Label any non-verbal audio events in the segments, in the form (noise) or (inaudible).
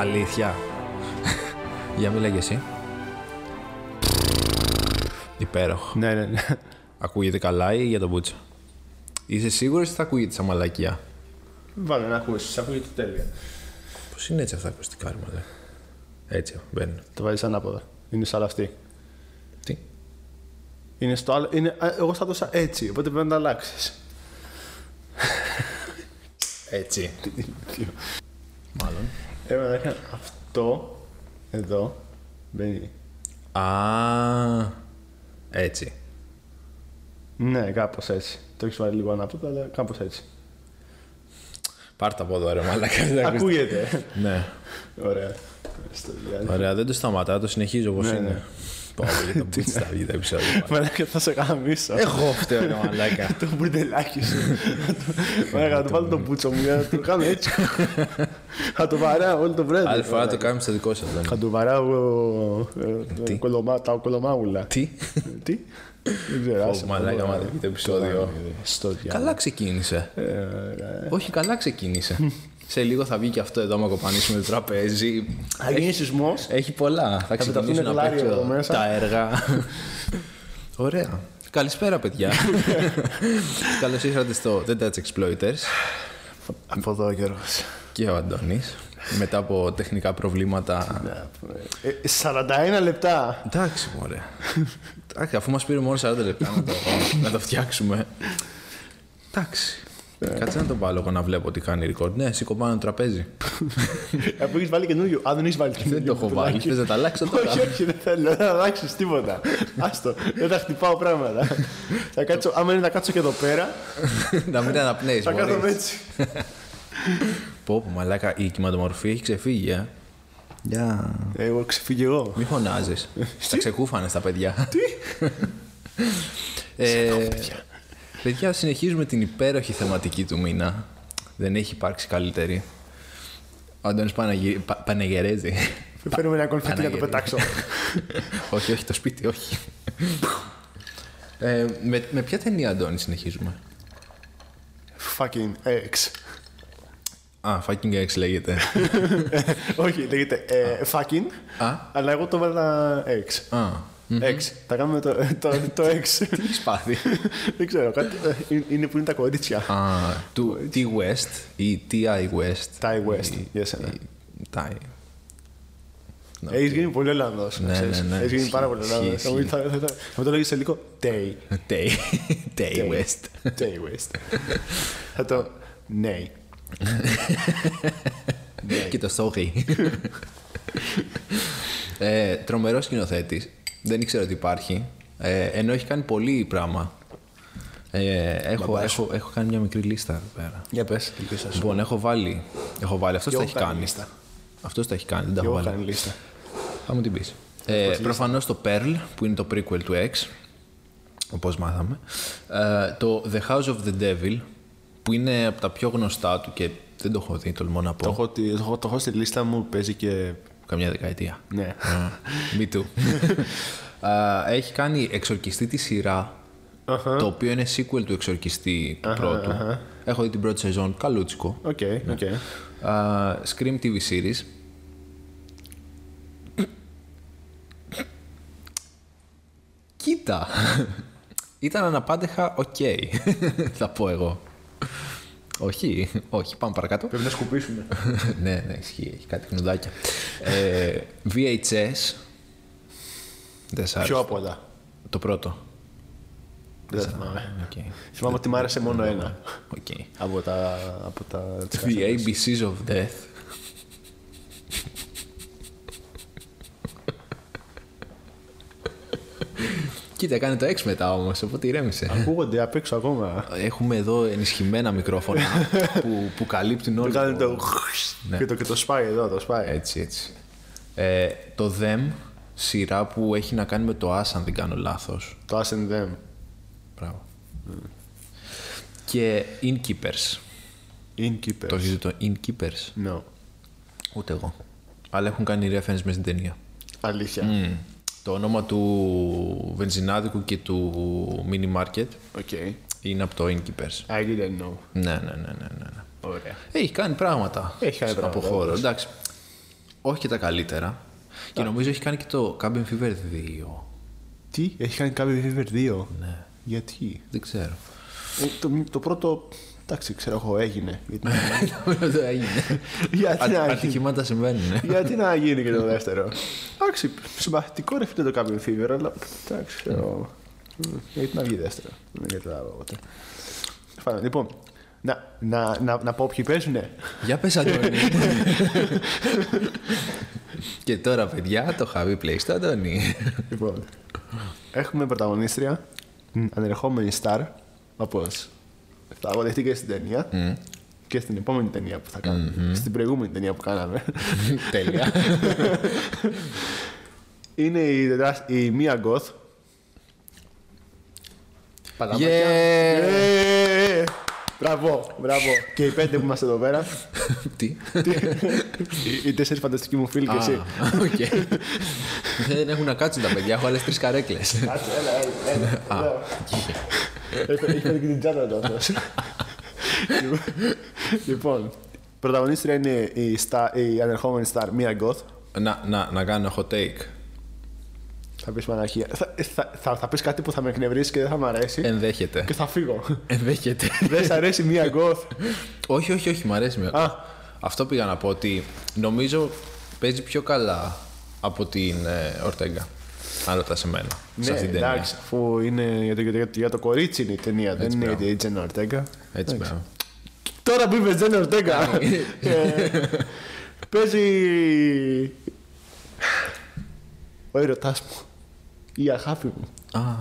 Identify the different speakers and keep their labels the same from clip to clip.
Speaker 1: Αλήθεια. (laughs) Για μιλά και εσύ. Υπέροχο.
Speaker 2: Ναι, ναι, ναι.
Speaker 1: Ακούγεται καλά ή για τον Μπούτσο. Είσαι σίγουρος ότι θα ακούγεται σαν μαλακιά.
Speaker 2: Βάλε να ακούσει, ακούγεται τέλεια.
Speaker 1: Πώς είναι έτσι αυτά τα ακουστικά, ρε μαλάκα. Έτσι μπαίνουν.
Speaker 2: Το βάζεις ανάποδα. Είναι σαν αυτή.
Speaker 1: Τι.
Speaker 2: Είναι στο άλλο. Είναι... α, Εγώ θα δώσα έτσι, οπότε πρέπει να τα αλλάξεις.
Speaker 1: Έτσι. Μάλλον.
Speaker 2: Έπρεπε να έκανα αυτό εδώ. Μπαίνει.
Speaker 1: Α. Έτσι.
Speaker 2: Ναι, κάπως έτσι. Το έχεις βάλει λίγο ανάποδα, αλλά κάπως έτσι.
Speaker 1: Πάρτα από εδώ, ρε μαλάκα. δεν τα ακούς.
Speaker 2: Ακούγεται.
Speaker 1: Ναι.
Speaker 2: Ωραία. Στο διάλειμμα.
Speaker 1: Ωραία, δεν το σταματάω, το συνεχίζω όπως
Speaker 2: Ναι, ναι.
Speaker 1: είναι. Πάμε για
Speaker 2: (laughs)
Speaker 1: τον Μπούτσο θα βγει τα επεισόδια.
Speaker 2: Μαλάκα θα σε γαμίσω.
Speaker 1: Εγώ φταίω, ρε μαλάκα.
Speaker 2: Το μπουρντελάκι σου. Μαλάκα, να του βάλω τον πούτσο μου για να το κάνω
Speaker 1: (laughs)
Speaker 2: έτσι. Θα το βαράω όλο το βράδυ.
Speaker 1: Άλλη φορά το κάνουμε στο δικό δηλαδή. σα.
Speaker 2: Θα του βαράω ε, ε,
Speaker 1: Τι?
Speaker 2: κολομά- τα κολομάγουλα.
Speaker 1: Τι.
Speaker 2: Τι. Δεν ξέρω. άσε ε,
Speaker 1: Ω,
Speaker 2: με,
Speaker 1: Μαλάκα,
Speaker 2: τώρα.
Speaker 1: μαλάκα, το επεισόδιο.
Speaker 2: Στο διάλογο.
Speaker 1: Καλά ξεκίνησε.
Speaker 2: ε,
Speaker 1: Όχι, καλά ξεκίνησε. Σε λίγο θα βγει και αυτό εδώ, άμα κοπανίσουμε το τραπέζι.
Speaker 2: Θα γίνει σεισμός.
Speaker 1: Έχει πολλά. Θα
Speaker 2: πεταχτούν
Speaker 1: ξεκινήσουν να
Speaker 2: δολάρια εδώ
Speaker 1: παίξω
Speaker 2: μέσα.
Speaker 1: τα έργα. Ωραία. Καλησπέρα, παιδιά. Καλώς ήρθατε στο The Dutch Exploiters
Speaker 2: Από εδώ, Γιώργος.
Speaker 1: και ο Αντώνης. Μετά από τεχνικά προβλήματα.
Speaker 2: 41 ε, λεπτά.
Speaker 1: Εντάξει, μωρέ. Εντάξει, αφού μας πήρε μόνο 40 λεπτά να το, να το φτιάξουμε. Εντάξει. Ε, Κάτσε να τον βάλω εγώ να βλέπω τι κάνει record. Ναι, σήκω πάνω το τραπέζι.
Speaker 2: Αφού έχεις βάλει καινούριο. Αν δεν έχεις βάλει καινούριο.
Speaker 1: Δεν το έχω βάλει.
Speaker 2: μπουρντελάκι.
Speaker 1: Θες να τα αλλάξω τώρα.
Speaker 2: (laughs) Όχι, όχι, δεν θέλω να αλλάξεις τίποτα. Άστο, δεν θα χτυπάω πράγματα. θα κάτσω, άμα είναι να κάτσω και εδώ πέρα,
Speaker 1: Να μην αναπνέεις,
Speaker 2: θα
Speaker 1: μωρέ.
Speaker 2: κάθομαι έτσι.
Speaker 1: Πω, πω, μαλάκα, η κυματομορφή έχει ξεφύγει, ε. Για.
Speaker 2: Εγώ ξεφύγει εγώ.
Speaker 1: Μη φωνάζεις.
Speaker 2: (laughs)
Speaker 1: Τα ξεκούφανε τα παιδιά. Τι. ε, παιδιά, συνεχίζουμε την υπέροχη θεματική του μήνα. Δεν έχει υπάρξει καλύτερη. Ο Αντώνης Παναγι... Πα- Πανεγερέζει.
Speaker 2: Φέρνουμε ένα κολφέτι για να το
Speaker 1: Παναγιώτη.
Speaker 2: πετάξω.
Speaker 1: (laughs) όχι, όχι, το σπίτι, όχι. Ε, με, με ποια ταινία, Αντώνη, συνεχίζουμε.
Speaker 2: Fucking X.
Speaker 1: Α, fucking X
Speaker 2: (laughs)
Speaker 1: λέγεται.
Speaker 2: Όχι, λέγεται ε, fucking,
Speaker 1: Α.
Speaker 2: αλλά εγώ το έβαλα X.
Speaker 1: Α,
Speaker 2: X. Θα κάνουμε το, το, το X.
Speaker 1: (laughs) τι πάθει.
Speaker 2: Δεν ξέρω, κάτι, ε, είναι- είναι που είναι τα κορίτσια.
Speaker 1: Α, του T West ή TI West.
Speaker 2: Ty
Speaker 1: Ε,
Speaker 2: West, για σένα.
Speaker 1: TI.
Speaker 2: Έχει γίνει πολύ Ολλανδός.
Speaker 1: ε, Ναι, ναι, ναι,
Speaker 2: Έχεις γίνει
Speaker 1: ισχύει,
Speaker 2: πάρα πολύ Ολλανδό.
Speaker 1: ισχύει, ισχύει.
Speaker 2: Θα το λέγεις σε λίγο Day.
Speaker 1: Tay. Tay West.
Speaker 2: Day West. Θα το. Ναι.
Speaker 1: Και το (laughs) sorry. ε, τρομερός σκηνοθέτης. Δεν ήξερα ότι υπάρχει. Ε, ενώ έχει κάνει πολύ πράγμα. Ε, έχω, έχω, έχω κάνει μια μικρή λίστα εδώ πέρα.
Speaker 2: Για πες.
Speaker 1: Λοιπόν, έχω βάλει. Έχω βάλει. Αυτός
Speaker 2: Και
Speaker 1: τα
Speaker 2: εγώ
Speaker 1: έχει
Speaker 2: κάνω
Speaker 1: κάνει.
Speaker 2: λίστα.
Speaker 1: Αυτός τα έχει κάνει. Δεν τα έχω
Speaker 2: Εγώ
Speaker 1: βάλει.
Speaker 2: κάνω λίστα.
Speaker 1: Θα μου την πεις. Ε, Προφανώς το Pearl που είναι το prequel του X. Όπως μάθαμε. Ε, το The House of the Devil που είναι από τα πιο γνωστά του και δεν το έχω δει, τολμώ να πω.
Speaker 2: Το έχω, τη- το έχω- το έχω στη λίστα μου, παίζει και.
Speaker 1: Καμιά (laughs) δεκαετία.
Speaker 2: Ναι.
Speaker 1: Ε, Me (laughs) too. Α, Ε, έχει κάνει εξορκιστή τη σειρά. Το οποίο είναι sequel του εξορκιστή του πρώτου. Έχω δει την πρώτη σεζόν, καλούτσικο.
Speaker 2: Οκ, οκ.
Speaker 1: Α, Scream TV series. Κοίτα. Ήταν αναπάντεχα οκ. Θα πω εγώ. Όχι, όχι, πάμε παρακάτω.
Speaker 2: Πρέπει να σκουπίσουμε.
Speaker 1: ναι, ναι, ισχύει. Έχει κάτι κνουδάκια. ε, VHS. Δεν σ' άρεσε.
Speaker 2: Πιο απ' όλα.
Speaker 1: Το πρώτο.
Speaker 2: Δεν θυμάμαι.
Speaker 1: Οκ.
Speaker 2: Θυμάμαι ότι μου άρεσε μόνο ένα.
Speaker 1: Οκ.
Speaker 2: Από τα. Από τα τις
Speaker 1: The
Speaker 2: κασέτες.
Speaker 1: ABCs of Death. Κοίτα, έκανε το X μετά όμως, οπότε ηρέμησε.
Speaker 2: Ακούγονται απ' έξω ακόμα.
Speaker 1: Έχουμε εδώ ενισχυμένα μικρόφωνα που, που καλύπτουν
Speaker 2: Το
Speaker 1: όλο
Speaker 2: κάνει το.
Speaker 1: Ναι.
Speaker 2: Και το, και το σπάει εδώ, το σπάει.
Speaker 1: Έτσι, έτσι. Ε, το Them, σειρά που έχει να κάνει με το As, αν δεν κάνω λάθος.
Speaker 2: Το Us and Them.
Speaker 1: Μπράβο. Και Innkeepers. Το
Speaker 2: Innkeeper.
Speaker 1: έχεις δει το Innkeepers.
Speaker 2: No.
Speaker 1: Ούτε εγώ. Αλλά έχουν κάνει reference μέσα στην ταινία.
Speaker 2: Αλήθεια.
Speaker 1: Μμμ. Το όνομα του βενζινάδικου και του mini market
Speaker 2: Οκ.
Speaker 1: είναι από το Innkeepers.
Speaker 2: I didn't know.
Speaker 1: Ναι, ναι, ναι, ναι, ναι. ναι.
Speaker 2: Ωραία.
Speaker 1: Έχει κάνει πράγματα.
Speaker 2: Έχει κάνει
Speaker 1: στον
Speaker 2: πράγματα,
Speaker 1: αποχώρο, εντάξει. όχι και τα καλύτερα. Και νομίζω έχει κάνει και το Cabin Fever 2.
Speaker 2: Τι, έχει κάνει κάποιο Fever 2.
Speaker 1: Ναι.
Speaker 2: Γιατί.
Speaker 1: Δεν
Speaker 2: (laughs)
Speaker 1: ξέρω.
Speaker 2: Ε, Το, το πρώτο. Εντάξει, ξέρω εγώ, έγινε. (laughs) Γιατί,
Speaker 1: Νομίζω το έγινε.
Speaker 2: γιατί
Speaker 1: Α-
Speaker 2: να γίνει.
Speaker 1: Ατυχήματα συμβαίνουν.
Speaker 2: γιατί να γίνει και το δεύτερο. Εντάξει, συμπαθητικό ρε φίλε το Cabin Fever, αλλά εντάξει, ξέρω. εγώ. Μμ, Γιατί να βγει δεύτερο. Δεν καταλάβω εγώ. τώρα. Φανά- Λοιπόν, να, να, να, να πω ποιοι ναι. παίζουνε.
Speaker 1: Για πες
Speaker 2: (laughs)
Speaker 1: Αντώνη. και τώρα παιδιά το χαβί play στο Αντώνη.
Speaker 2: Λοιπόν, έχουμε πρωταγωνίστρια, ανερχόμενη star, όπως θα αγωνιστεί και στην ταινία και στην επόμενη ταινία που θα κανουμε στην προηγούμενη ταινία που κάναμε.
Speaker 1: Τέλεια.
Speaker 2: Είναι η, τετράσ- η Μία Γκοθ. Παλαμάκια.
Speaker 1: Yeah.
Speaker 2: Yeah. Μπράβο, μπράβο. (laughs) και οι πέντε που είμαστε εδώ (laughs) πέρα.
Speaker 1: Τι.
Speaker 2: Τι- οι- οι τέσσερις φανταστικοί μου φίλοι
Speaker 1: Α,
Speaker 2: και εσύ.
Speaker 1: οκ. (laughs) Δεν έχουν να κάτσουν τα παιδιά, έχω άλλες τρεις καρέκλες.
Speaker 2: Κάτσε, έλα, έλα, έλα. Έφερε έφερε και την τσάντα του αυτός. Λοιπόν, (laughs) Λοιπόν, πρωταγωνίστρια είναι η, στα, η ανερχόμενη star Mia Goth.
Speaker 1: να, να, να κάνω hot take.
Speaker 2: Θα πεις μαναχία. Θα, θα, θα, θα πεις κάτι που θα με εκνευρίσει και δεν θα μ' αρέσει
Speaker 1: Ενδέχεται.
Speaker 2: και θα φύγω.
Speaker 1: Ενδέχεται.
Speaker 2: (laughs) δεν σ' αρέσει Mia Goth.
Speaker 1: όχι, όχι, όχι, μου αρέσει. Μια...
Speaker 2: Α.
Speaker 1: Αυτό πήγα να πω ότι νομίζω παίζει πιο καλά από την ε, Ορτέγκα. Αν ρωτάς εμένα. σε
Speaker 2: ναι,
Speaker 1: αυτήν την ταινία.
Speaker 2: εντάξει, αφού είναι για το, για, το, για το κορίτσι είναι η ταινία, δεν είναι για την Τζένα Ορτέγκα.
Speaker 1: Έτσι, μπράβο.
Speaker 2: Τώρα που είπες Τζένι Ορτέγκα. (laughs) ε, Παίζει. Ο έρωτάς μου. Η αγάπη μου.
Speaker 1: Α,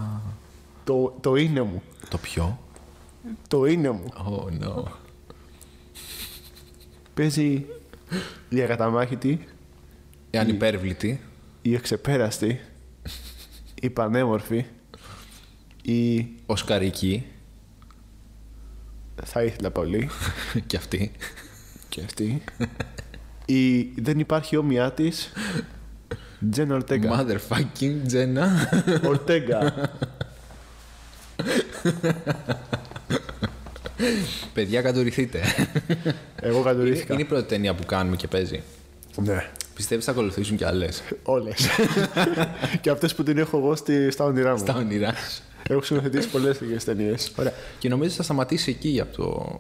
Speaker 2: Το, το είναι μου.
Speaker 1: το πιο.
Speaker 2: Το είναι μου.
Speaker 1: Oh no.
Speaker 2: Παίζει η ακαταμάχητη,
Speaker 1: Η ανυπέρβλητη.
Speaker 2: η εξεπέραστη, η πανέμορφη, η
Speaker 1: Οσκαρική.
Speaker 2: θα ήθελα πολύ
Speaker 1: (laughs) και αυτή.
Speaker 2: και αυτή. (laughs) Η δεν υπάρχει όμοιά της. Τζεν Ορτέγκα.
Speaker 1: Motherfucking (laughs) Τζένα.
Speaker 2: Ορτέγκα.
Speaker 1: Παιδιά, κατουριθείτε.
Speaker 2: Εγώ
Speaker 1: είναι,
Speaker 2: κατουρίστηκα.
Speaker 1: είναι η πρώτη ταινία που κάνουμε και παίζει.
Speaker 2: Ναι.
Speaker 1: Πιστεύεις θα ακολουθήσουν κι άλλες.
Speaker 2: Όλες. και αυτές που την έχω εγώ στη, στα όνειρά μου.
Speaker 1: Τα όνειρά σου.
Speaker 2: έχω σκηνοθετήσει πολλέ τέτοιε ταινίες. Ωραία.
Speaker 1: Και νομίζω θα σταματήσει εκεί για το...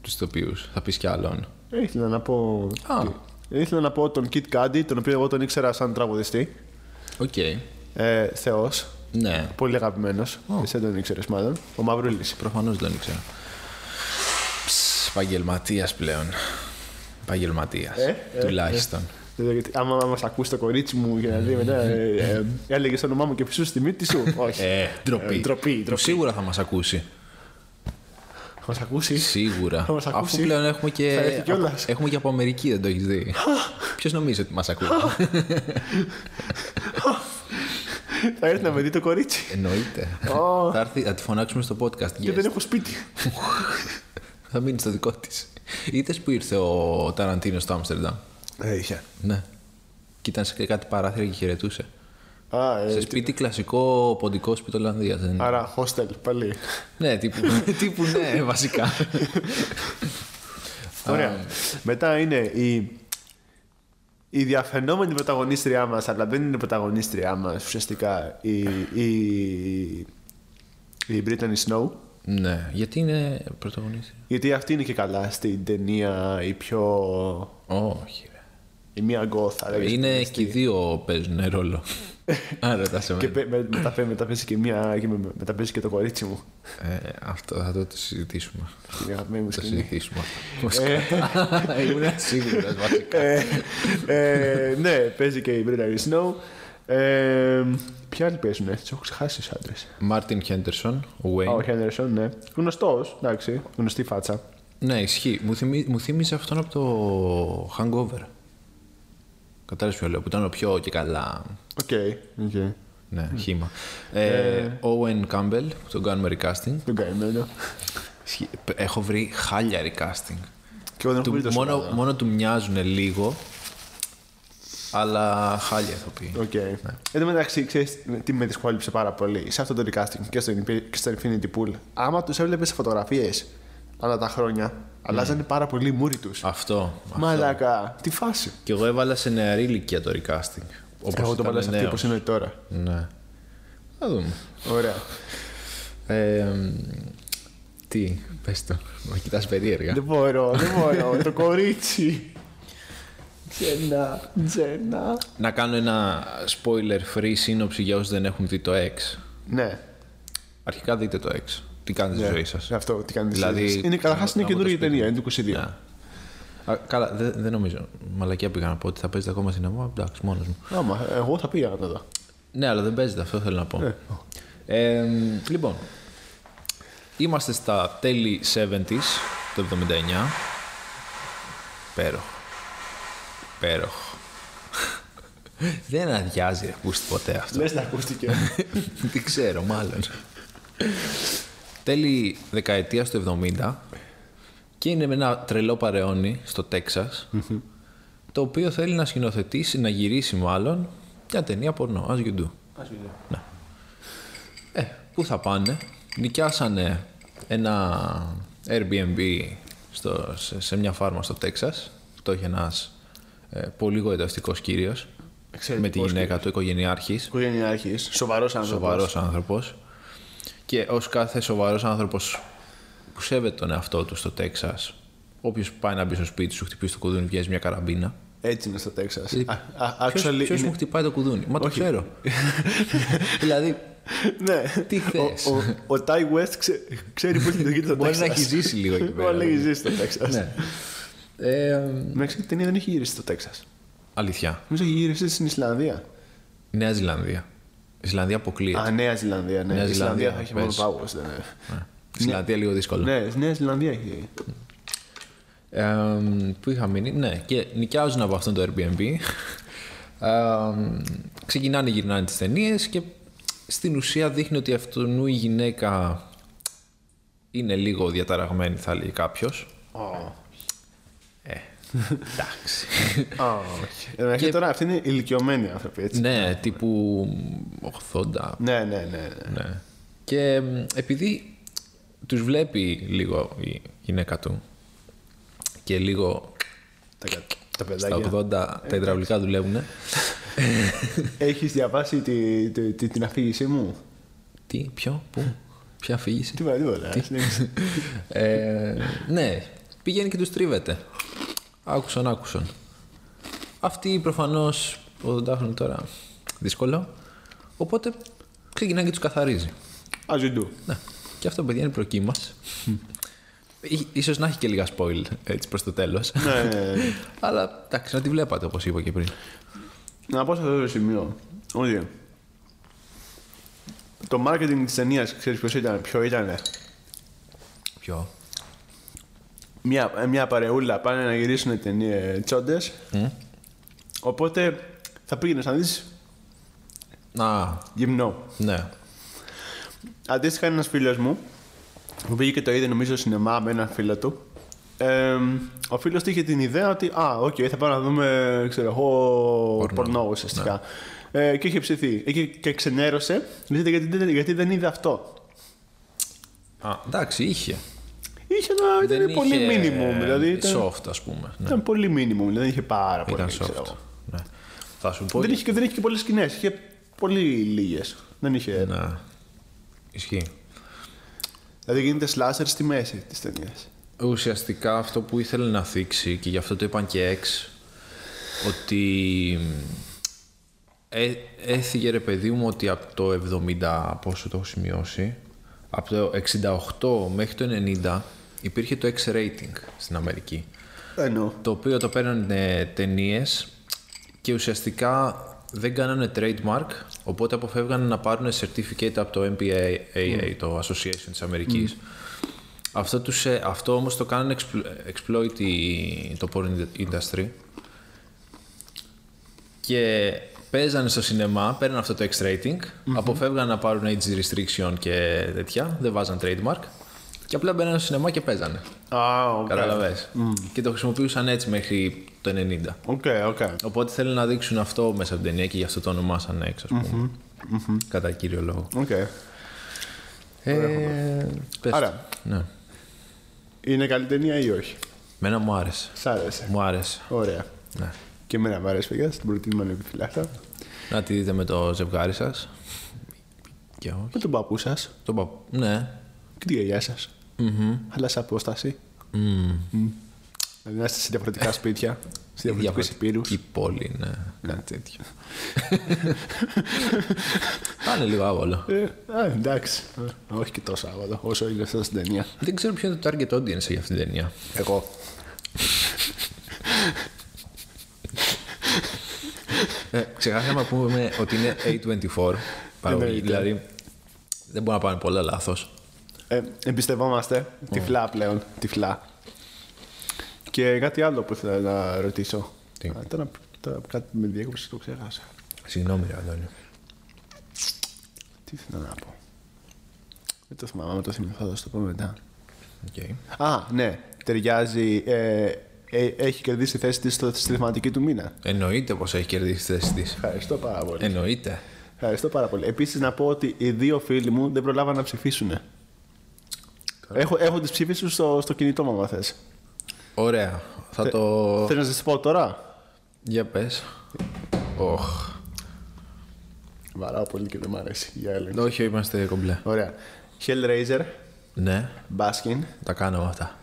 Speaker 1: τους τοπίους. Θα πεις κι άλλον.
Speaker 2: Ε, Ήθελα να πω.
Speaker 1: Α.
Speaker 2: Ε, Ήθελα να πω τον Kit Cudi, τον οποίο εγώ τον ήξερα σαν τραγουδιστή.
Speaker 1: Οκ.
Speaker 2: Ε, Θεός.
Speaker 1: Ναι.
Speaker 2: Πολύ αγαπημένος. Εσύ δεν τον ήξερες, μάλλον. Ο Μαυρούλης.
Speaker 1: Προφανώς δεν ήξερα. Ψ, επαγγελματίας πλέον. Επαγγελματίας.
Speaker 2: Ε, ε,
Speaker 1: τουλάχιστον.
Speaker 2: Άμα μα ακούσει το κορίτσι μου για να δει μετά. Ε, ε, έλεγε το όνομά μου και φυσούσε τη μύτη σου. Όχι.
Speaker 1: Ε, ντροπή.
Speaker 2: Ε, ντροπή,
Speaker 1: Που
Speaker 2: ντροπή.
Speaker 1: Σίγουρα θα μας ακούσει.
Speaker 2: Θα μας ακούσει.
Speaker 1: Σίγουρα.
Speaker 2: Ε, Θα μας ακούσει.
Speaker 1: Αφού πλέον έχουμε και.
Speaker 2: Θα έρθει κιόλας.
Speaker 1: Έχουμε και από Αμερική, δεν το έχεις δει. Ποιος νομίζει ότι μας ακούει.
Speaker 2: θα έρθει να με δει το κορίτσι.
Speaker 1: Εννοείται.
Speaker 2: Ω.
Speaker 1: θα έρθει, θα τη φωνάξουμε στο podcast.
Speaker 2: Και
Speaker 1: Yes.
Speaker 2: δεν έχω σπίτι.
Speaker 1: (laughs) θα μείνει στο δικό της. Είδες που ήρθε ο Ταραντίνος στο Άμστερνταμ.
Speaker 2: Ε, είχε.
Speaker 1: Ναι. Και ήταν σε κάτι παράθυρα και χαιρετούσε.
Speaker 2: Α, ε,
Speaker 1: σε σπίτι κλασικό ποντικό σπίτι Ολλανδία.
Speaker 2: άρα hostel πάλι.
Speaker 1: ναι, τύπου,
Speaker 2: (laughs)
Speaker 1: τύπου ναι, (laughs) βασικά.
Speaker 2: Ωραία. Μετά είναι η, η διαφαινόμενη πρωταγωνίστριά μας, αλλά δεν είναι πρωταγωνίστριά μας ουσιαστικά η, η, η Brittany Snow.
Speaker 1: ναι, γιατί είναι πρωταγωνίστρια.
Speaker 2: Γιατί αυτή είναι και καλά στην ταινία η πιο.
Speaker 1: Όχι. ρε.
Speaker 2: η μία γκοθ. αλλά
Speaker 1: Είναι και οι δύο παίζουν
Speaker 2: (laughs)
Speaker 1: ρόλο. Άρα τα σε
Speaker 2: Και πε- με, μεταπέ- μεταπέσει και, μία, και με, με- μεταπέσει και το κορίτσι μου.
Speaker 1: Ε, αυτό θα το συζητήσουμε.
Speaker 2: Την αγαπημένη μου
Speaker 1: Θα το
Speaker 2: σκηνή.
Speaker 1: συζητήσουμε.
Speaker 2: (laughs)
Speaker 1: Ήμουν σίγουρος βασικά.
Speaker 2: Ε, ε, ναι, παίζει και η Brittany Snow. Ε, ποιοι άλλοι παίζουνε, του ε, έχω ξεχάσει του άντρε.
Speaker 1: Μάρτιν Χέντερσον, ο
Speaker 2: Α, Ο
Speaker 1: Wayne.
Speaker 2: Χέντερσον, ναι. Γνωστός, εντάξει. Γνωστή φάτσα.
Speaker 1: Ναι, ισχύει. Μου, θυμί, μου θύμιζε αυτόν από το Hangover. Κατάλαβες ποιο λέω, που ήταν ο πιο και καλά.
Speaker 2: Οκ. οκ.
Speaker 1: Ναι, χήμα. Ε, Owen Campbell, που τον κάνουμε recasting.
Speaker 2: Δεν κάνει μένω.
Speaker 1: Ισχύει. Έχω βρει χάλια recasting.
Speaker 2: Και εγώ δεν έχω
Speaker 1: Του-
Speaker 2: βρει το
Speaker 1: μόνο,
Speaker 2: μόνο...
Speaker 1: μόνο του μοιάζουν λίγο, αλλά χάλια θα πει.
Speaker 2: Οκ. Εν τω μεταξύ, ξέρεις τι με δυσκόλυψε πάρα πολύ σε αυτό το recasting και στο, Infi- και στο Infinity Pool. Άμα τους έβλεπες σε φωτογραφίε, ανά τα χρόνια, αλλάζανε πάρα πολύ οι μούροι τους.
Speaker 1: Ναι. Αυτό.
Speaker 2: Μαλάκα, τη φάση.
Speaker 1: Και εγώ έβαλα σε νεαρή ηλικία το recasting. Όπως
Speaker 2: Ε, Εγώ το
Speaker 1: ήταν
Speaker 2: παλιά αυτή
Speaker 1: νέος.
Speaker 2: όπως είναι τώρα.
Speaker 1: Ναι. Θα δούμε.
Speaker 2: Ωραία.
Speaker 1: Ε, μ, τι, πες το. Μα κοιτάς περίεργα.
Speaker 2: δεν μπορώ, δεν μπορώ. το κορίτσι. Τζένα, Τζένα.
Speaker 1: Να κάνω ένα spoiler free σύνοψη για όσοι δεν έχουν δει το X.
Speaker 2: Ναι.
Speaker 1: Αρχικά δείτε το X. Τι κάνετε στη ζωή σας.
Speaker 2: Αυτό, τι κάνει.
Speaker 1: Δηλαδή,
Speaker 2: είναι καταρχά
Speaker 1: να-
Speaker 2: είναι
Speaker 1: να
Speaker 2: καινούργια
Speaker 1: μου το
Speaker 2: ταινία, είναι του 22.
Speaker 1: Ναι. Α, καλά, δεν δεν νομίζω. Μαλακιά πήγα να πω ότι θα παίζετε ακόμα σινεμά. Εντάξει, μόνος μου.
Speaker 2: Άμα, εγώ θα πήγα να τα δω.
Speaker 1: Ναι, αλλά δεν παίζεται, αυτό θέλω να πω.
Speaker 2: Ε.
Speaker 1: Ε, λοιπόν, είμαστε στα τέλη 70s, το 79. Πέροχο. Πέροχο. (laughs) δεν αδειάζει να ακούσει ποτέ αυτό.
Speaker 2: Λες να (laughs) ακούστηκε.
Speaker 1: (laughs) Δεν ξέρω, μάλλον. Τέλη δεκαετία του 70 και είναι με ένα τρελό παρεόνι στο τεξας το οποίο θέλει να σκηνοθετήσει, να γυρίσει μάλλον μια ταινία πορνό, as you do. Ναι. Ε, πού θα πάνε. Νοικιάσανε ένα Airbnb στο, σε, σε μια φάρμα στο Τέξας. Το είχε ένας ε, πολύ γοητευτικός κύριος. με τη
Speaker 2: Εξαιρετικός
Speaker 1: γυναίκα του, οικογενειάρχης.
Speaker 2: Οικογενειάρχης, σοβαρός άνθρωπος.
Speaker 1: Σοβαρός άνθρωπος. Και ως κάθε σοβαρός άνθρωπος που σέβεται τον εαυτό του στο Τέξας, όποιος πάει να μπει στο σπίτι σου, χτυπήσει το κουδούνι, βγάζει μια καραμπίνα.
Speaker 2: Έτσι είναι στο Τέξας.
Speaker 1: Ε, Ποιος,
Speaker 2: Actually.
Speaker 1: ποιος μου
Speaker 2: είναι-
Speaker 1: χτυπάει το κουδούνι. Μα το
Speaker 2: (laughs)
Speaker 1: ξέρω. δηλαδή,
Speaker 2: Ναι.
Speaker 1: Τι θες.
Speaker 2: Ο- ο- Ο Τάι West ξε- ξέρει πώ λειτουργεί το Τέξα.
Speaker 1: μπορεί να έχει ζήσει λίγο εκεί πέρα.
Speaker 2: Μπορεί να έχει ζήσει το Τέξας.
Speaker 1: Ναι. Ε,
Speaker 2: Μέχρι η ταινία δεν έχει γυρίσει στο Τέξας.
Speaker 1: Αλήθεια.
Speaker 2: Νομίζω έχει γυρίσει στην Ισλανδία.
Speaker 1: Νέα Ζηλανδία. Ισλανδία αποκλείεται.
Speaker 2: Α, Νέα Ζηλανδία. Ναι,
Speaker 1: Νέα
Speaker 2: Η Ισλανδία
Speaker 1: Ζηλανδία,
Speaker 2: θα έχει μόνο
Speaker 1: πες.
Speaker 2: πάγος. δεν είναι.
Speaker 1: Ισλανδία λίγο δύσκολο.
Speaker 2: Ναι, Νέα Ζηλανδία έχει.
Speaker 1: Ε, που είχα μείνει. Ναι, και νοικιάζουν από αυτόν το Airbnb. Ε, ξεκινάνε, γυρνάνε τις ταινίες και στην ουσία δείχνει ότι αυτού η γυναίκα είναι λίγο διαταραγμένη, θα λέει κάποιος.
Speaker 2: Ω.
Speaker 1: Ε, εντάξει.
Speaker 2: Ω, Εν αρχή τώρα αυτή είναι ηλικιωμένη άνθρωποι, έτσι.
Speaker 1: ναι, τύπου 80,
Speaker 2: Ναι, ναι, ναι. ναι.
Speaker 1: Ναι. Και εμ, επειδή τους βλέπει λίγο η γυναίκα του και λίγο
Speaker 2: Τα, κα- τα
Speaker 1: στα
Speaker 2: παιδάκια.
Speaker 1: 80 τα υδραυλικά δουλεύουν.
Speaker 2: Έχεις διαβάσει τη, τη- τη- την αφήγησή μου.
Speaker 1: Τι, ποιο, πού, ποια αφήγηση.
Speaker 2: Τίποτα, τίποτα. συνέχισε.
Speaker 1: ε, ναι, πηγαίνει και τους τρίβεται. Άκουσον, άκουσον. Αυτή προφανώς, 80 χρόνια τώρα, δύσκολο. Οπότε ξεκινάει και τους καθαρίζει.
Speaker 2: As you do.
Speaker 1: Ναι. Και αυτό, παιδιά, είναι προκύμα. μας. Ί- Ίσως να έχει και λίγα spoil έτσι προς το τέλος.
Speaker 2: Ναι, ναι, ναι.
Speaker 1: Αλλά εντάξει, να τη βλέπατε όπως είπα και πριν.
Speaker 2: Να πω σε αυτό το σημείο ότι το marketing της ταινίας, ξέρεις ποιος ήταν, ποιο ήταν. ε?
Speaker 1: Ποιο.
Speaker 2: Μια, μια παρεούλα πάνε να γυρίσουν ταινίε τσόντες. Οπότε θα πήγαινες να δεις
Speaker 1: Α,
Speaker 2: γυμνό.
Speaker 1: ναι.
Speaker 2: Αντίστοιχα, ένας φίλος μου που πήγε και το είδε νομίζω στο σινεμά με έναν φίλο του. Ε, ο φίλος του είχε την ιδέα ότι Α, οκ, θα πάμε να δούμε ξέρω εγώ,
Speaker 1: Πορνό. Ναι.
Speaker 2: πορνό ουσιαστικά. Ε, και είχε ψηθεί. Εκεί και ξενέρωσε γιατί, γιατί, γιατί δεν είδε αυτό.
Speaker 1: Α, εντάξει, είχε.
Speaker 2: Είχε ένα, ήταν
Speaker 1: Δεν
Speaker 2: πολύ
Speaker 1: είχε
Speaker 2: minimum. Δηλαδή ήταν,
Speaker 1: Soft, ας πούμε. Ναι,
Speaker 2: ήταν πολύ minimum, δηλαδή δεν είχε πάρα πολύ.
Speaker 1: ήταν
Speaker 2: ξέρω
Speaker 1: soft.
Speaker 2: εγώ.
Speaker 1: Ναι. Θα σου πω...
Speaker 2: Δεν, είχε, και- δεν είχε και πολλές σκηνές. Είχε πολύ λίγες. Δεν είχε.
Speaker 1: Ναι. Ισχύει.
Speaker 2: Δηλαδή γίνεται slasher στη μέση της ταινίας.
Speaker 1: Ουσιαστικά αυτό που ήθελε να θίξει και γι' αυτό το είπαν και εξ ότι ε, έθιγε ρε παιδί μου ότι από το 70 πόσο το έχω σημειώσει από το 68 μέχρι το 90 υπήρχε το X rating στην Αμερική
Speaker 2: Εννοώ.
Speaker 1: το οποίο το παίρνανε ταινίες και ουσιαστικά δεν κάνανε trademark, οπότε αποφεύγανε να πάρουν certificate από το MPAA, το Association της Αμερικής. Αυτό, τους, ε, αυτό όμως το κάνανε explo- exploit οι- το porn industry και παίζανε στο σινεμά, παίρνανε αυτό το X rating, αποφεύγανε να πάρουν age restriction και τέτοια, δεν βάζαν trademark και απλά μπαίνανε στο σινεμά και παίζανε.
Speaker 2: Α, οκ.
Speaker 1: Καταλαβες. Και το χρησιμοποιούσαν έτσι μέχρι το 90.
Speaker 2: Οκ, οκ.
Speaker 1: Οπότε θέλουν να δείξουν αυτό μέσα από την ταινία και γι' αυτό το ονομάσανε έξω, ας πουμε Κατά κύριο λόγο.
Speaker 2: Οκ.
Speaker 1: Ε, πες.
Speaker 2: Άρα.
Speaker 1: Ναι.
Speaker 2: Ε, Είναι καλή ταινία ή όχι.
Speaker 1: Μένα μου άρεσε.
Speaker 2: Σ' άρεσε.
Speaker 1: Μου άρεσε.
Speaker 2: Ωραία.
Speaker 1: Ναι.
Speaker 2: Και εμένα μου αρέσει, παιδιά, στην προτείνουμε ανεπιφυλάκτα.
Speaker 1: Να τη δείτε με το ζευγάρι σας. Και όχι.
Speaker 2: Με τον παππού σας και
Speaker 1: Το παπ... Ναι.
Speaker 2: την γιαγιά σας. Αλλά σε απόσταση.
Speaker 1: Μμμ.
Speaker 2: Δηλαδή να είστε σε διαφορετικά σπίτια, σε διαφορετικού υπήρου.
Speaker 1: Η πόλη, ναι. Κάτι τέτοιο. Θα είναι λίγο άβολο.
Speaker 2: Ε. Α, εντάξει. Ε, Όχι και τόσο άγωτο, όσο είναι αυτό στην ταινία.
Speaker 1: Δεν ξέρω ποιο είναι το target audience για αυτήν την ταινία.
Speaker 2: Εγώ.
Speaker 1: Ε, ξεχάσαμε να πούμε ότι είναι A24 παραγωγή.
Speaker 2: Εννοείται.
Speaker 1: δηλαδή δεν μπορούν να πάνε πολλά λάθος.
Speaker 2: Ε, εμπιστευόμαστε τυφλά πλέον. Τυφλά. Και κάτι άλλο που ήθελα να ρωτήσω.
Speaker 1: Τι?
Speaker 2: Α, Τώρα, τώρα κάτι με διέκοψες και το ξέχασα.
Speaker 1: Συγγνώμη, ρε Αντώνιο.
Speaker 2: Τι ήθελα να πω. Δεν το θυμάμαι, άμα το θυμηθώ, θα σου το πω μετά.
Speaker 1: Οκ.
Speaker 2: Α, ναι. Ταιριάζει. ε, ε, έχει κερδίσει τη θέση της στη θεματική του μήνα.
Speaker 1: Εννοείται πως έχει κερδίσει τη θέση της.
Speaker 2: Ευχαριστώ πάρα πολύ.
Speaker 1: Ε. Εννοείται.
Speaker 2: Ευχαριστώ πάρα πολύ. Επίσης να πω ότι οι δύο φίλοι μου δεν προλάβαν να ψηφίσουν. Έχω, έχω τις ψήφισει στο, στο κινητό μου, άμα θες.
Speaker 1: Ωραία. Θα το.
Speaker 2: Θε να σα πω τώρα.
Speaker 1: Για πες. Οχ.
Speaker 2: Βαράω πολύ και δεν μ' αρέσει. Για έλεγχο.
Speaker 1: Όχι, είμαστε κομπλέ.
Speaker 2: Ωραία. Hellraiser,
Speaker 1: Ναι,
Speaker 2: Baskin
Speaker 1: τα κάναμε αυτά.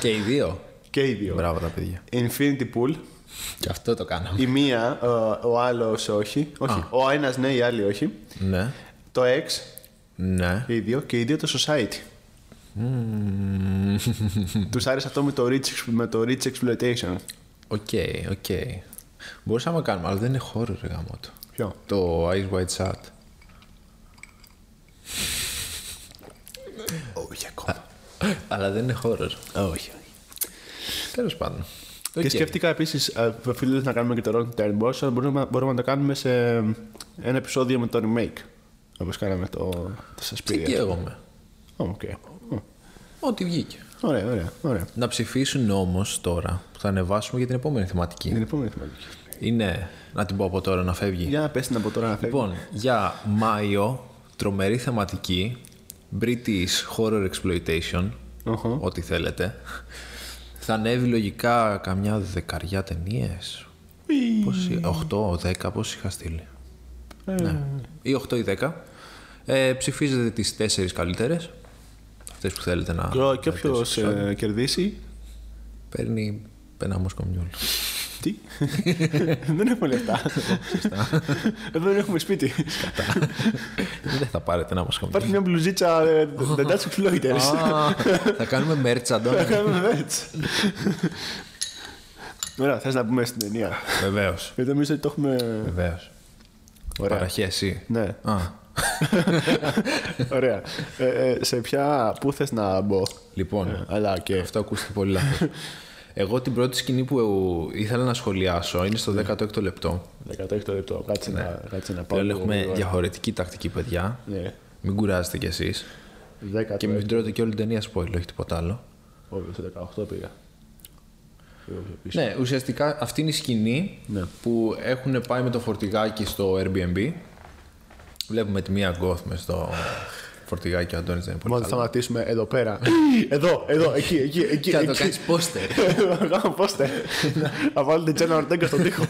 Speaker 1: και οι δύο.
Speaker 2: και οι δύο.
Speaker 1: Μπράβο τα παιδιά.
Speaker 2: Infinity Pool.
Speaker 1: Και αυτό το κάναμε.
Speaker 2: Η μία, ε, ο άλλος όχι. όχι. Ο ένας ναι, η άλλη όχι.
Speaker 1: ναι.
Speaker 2: Το X,
Speaker 1: Ναι.
Speaker 2: οι δύο. Και οι δύο το Society. Τους άρεσε αυτό με το, rich, με το rich exploitation.
Speaker 1: Οκ, οκ. Μπορούσαμε να κάνουμε, αλλά δεν είναι χώρο ρε γάμο του.
Speaker 2: Ποιο?
Speaker 1: Το Ice White Shot.
Speaker 2: Όχι ακόμα.
Speaker 1: αλλά δεν είναι χώρο.
Speaker 2: Όχι.
Speaker 1: Τέλος πάντων.
Speaker 2: Και
Speaker 1: Οκ.
Speaker 2: σκέφτηκα επίσης, φίλε, να κάνουμε και το Rotten Turn αλλά μπορούμε, μπορούμε να το κάνουμε σε ένα επεισόδιο με το remake. Όπως κάναμε το, το
Speaker 1: Τι
Speaker 2: Suspiria.
Speaker 1: καίγομαι.
Speaker 2: Ω, οκ. Ω,
Speaker 1: Ό,τι βγήκε.
Speaker 2: Ωραία, ωραία, ωραία.
Speaker 1: Να ψηφίσουν όμως τώρα που θα ανεβάσουμε για την επόμενη θεματική.
Speaker 2: Την επόμενη θεματική.
Speaker 1: Είναι, να την πω από τώρα να φεύγει.
Speaker 2: Για να πες την από τώρα να φεύγει.
Speaker 1: Λοιπόν, για Μάιο, τρομερή θεματική, British Horror Exploitation,
Speaker 2: Οχο.
Speaker 1: ό,τι θέλετε. Θα ανέβει λογικά καμιά δεκαριά ταινίες. Πόσοι, 8, 10, πώς είχα στείλει.
Speaker 2: ε,
Speaker 1: Ναι. Ή 8 ή 10. Ε, ψηφίζετε τις 4 καλύτερες. Αυτές που θέλετε να...
Speaker 2: Και ο- Και όποιο κερδίσει.
Speaker 1: Παίρνει ένα μοσκομιούλ.
Speaker 2: (laughs) Τι. Δεν έχουμε λεφτά. (laughs) Εδώ δεν έχουμε σπίτι.
Speaker 1: (laughs) Δεν θα πάρετε ένα μοσκομιούλ.
Speaker 2: Υπάρχει μια μπλουζίτσα ε, The Dutch Exploiters.
Speaker 1: Α, θα κάνουμε μέρτσα, Αντώνη.
Speaker 2: Θα (laughs) κάνουμε έτσι. Ωραία, θες να πούμε στην ταινία.
Speaker 1: Βεβαίως.
Speaker 2: Γιατί νομίζω ότι το έχουμε.
Speaker 1: Βεβαίως.
Speaker 2: Ωραία.
Speaker 1: Παραχέ εσύ.
Speaker 2: Ναι, (laughs)
Speaker 1: Α, (laughs)
Speaker 2: ωραία. Ε, ε, σε ποια. Πού θες να μπω.
Speaker 1: λοιπόν,
Speaker 2: Ε, Αλλά και.
Speaker 1: αυτό ακούστηκε πολύ λάθος. Εγώ την πρώτη σκηνή που ήθελα να σχολιάσω είναι
Speaker 2: Ναι.
Speaker 1: στο 16ο λεπτό.
Speaker 2: 16 λεπτό. Κάτσε να, κάτσε να πάω.
Speaker 1: Πλέον
Speaker 2: λίγο
Speaker 1: έχουμε
Speaker 2: γρήγορα.
Speaker 1: διαφορετική τακτική, παιδιά.
Speaker 2: Ναι,
Speaker 1: Μην κουράζετε κι εσείς.
Speaker 2: 10
Speaker 1: Και μην τρώτε και όλη την ταινία spoil, όχι τίποτα άλλο.
Speaker 2: Όχι, στο 18 πήγα. Λίγο πιο πίσω.
Speaker 1: Ναι, ουσιαστικά αυτή είναι η σκηνή
Speaker 2: Ναι.
Speaker 1: που έχουν πάει με το φορτηγάκι στο Airbnb. Βλέπουμε τη μία γκόθ μες στο φορτηγάκι, ο Αντώνης δεν είναι πολύ
Speaker 2: Μόνο θα
Speaker 1: καλά.
Speaker 2: σταματήσουμε εδώ πέρα. (laughs) εδώ, εδώ, εκεί, εκεί, εκεί.
Speaker 1: Και να το
Speaker 2: εκεί.
Speaker 1: κάνεις πόστερ.
Speaker 2: (laughs) Γάμο, πώς τε. Να βάλω την Τζένα Ορτέγκα στον (laughs) τοίχο.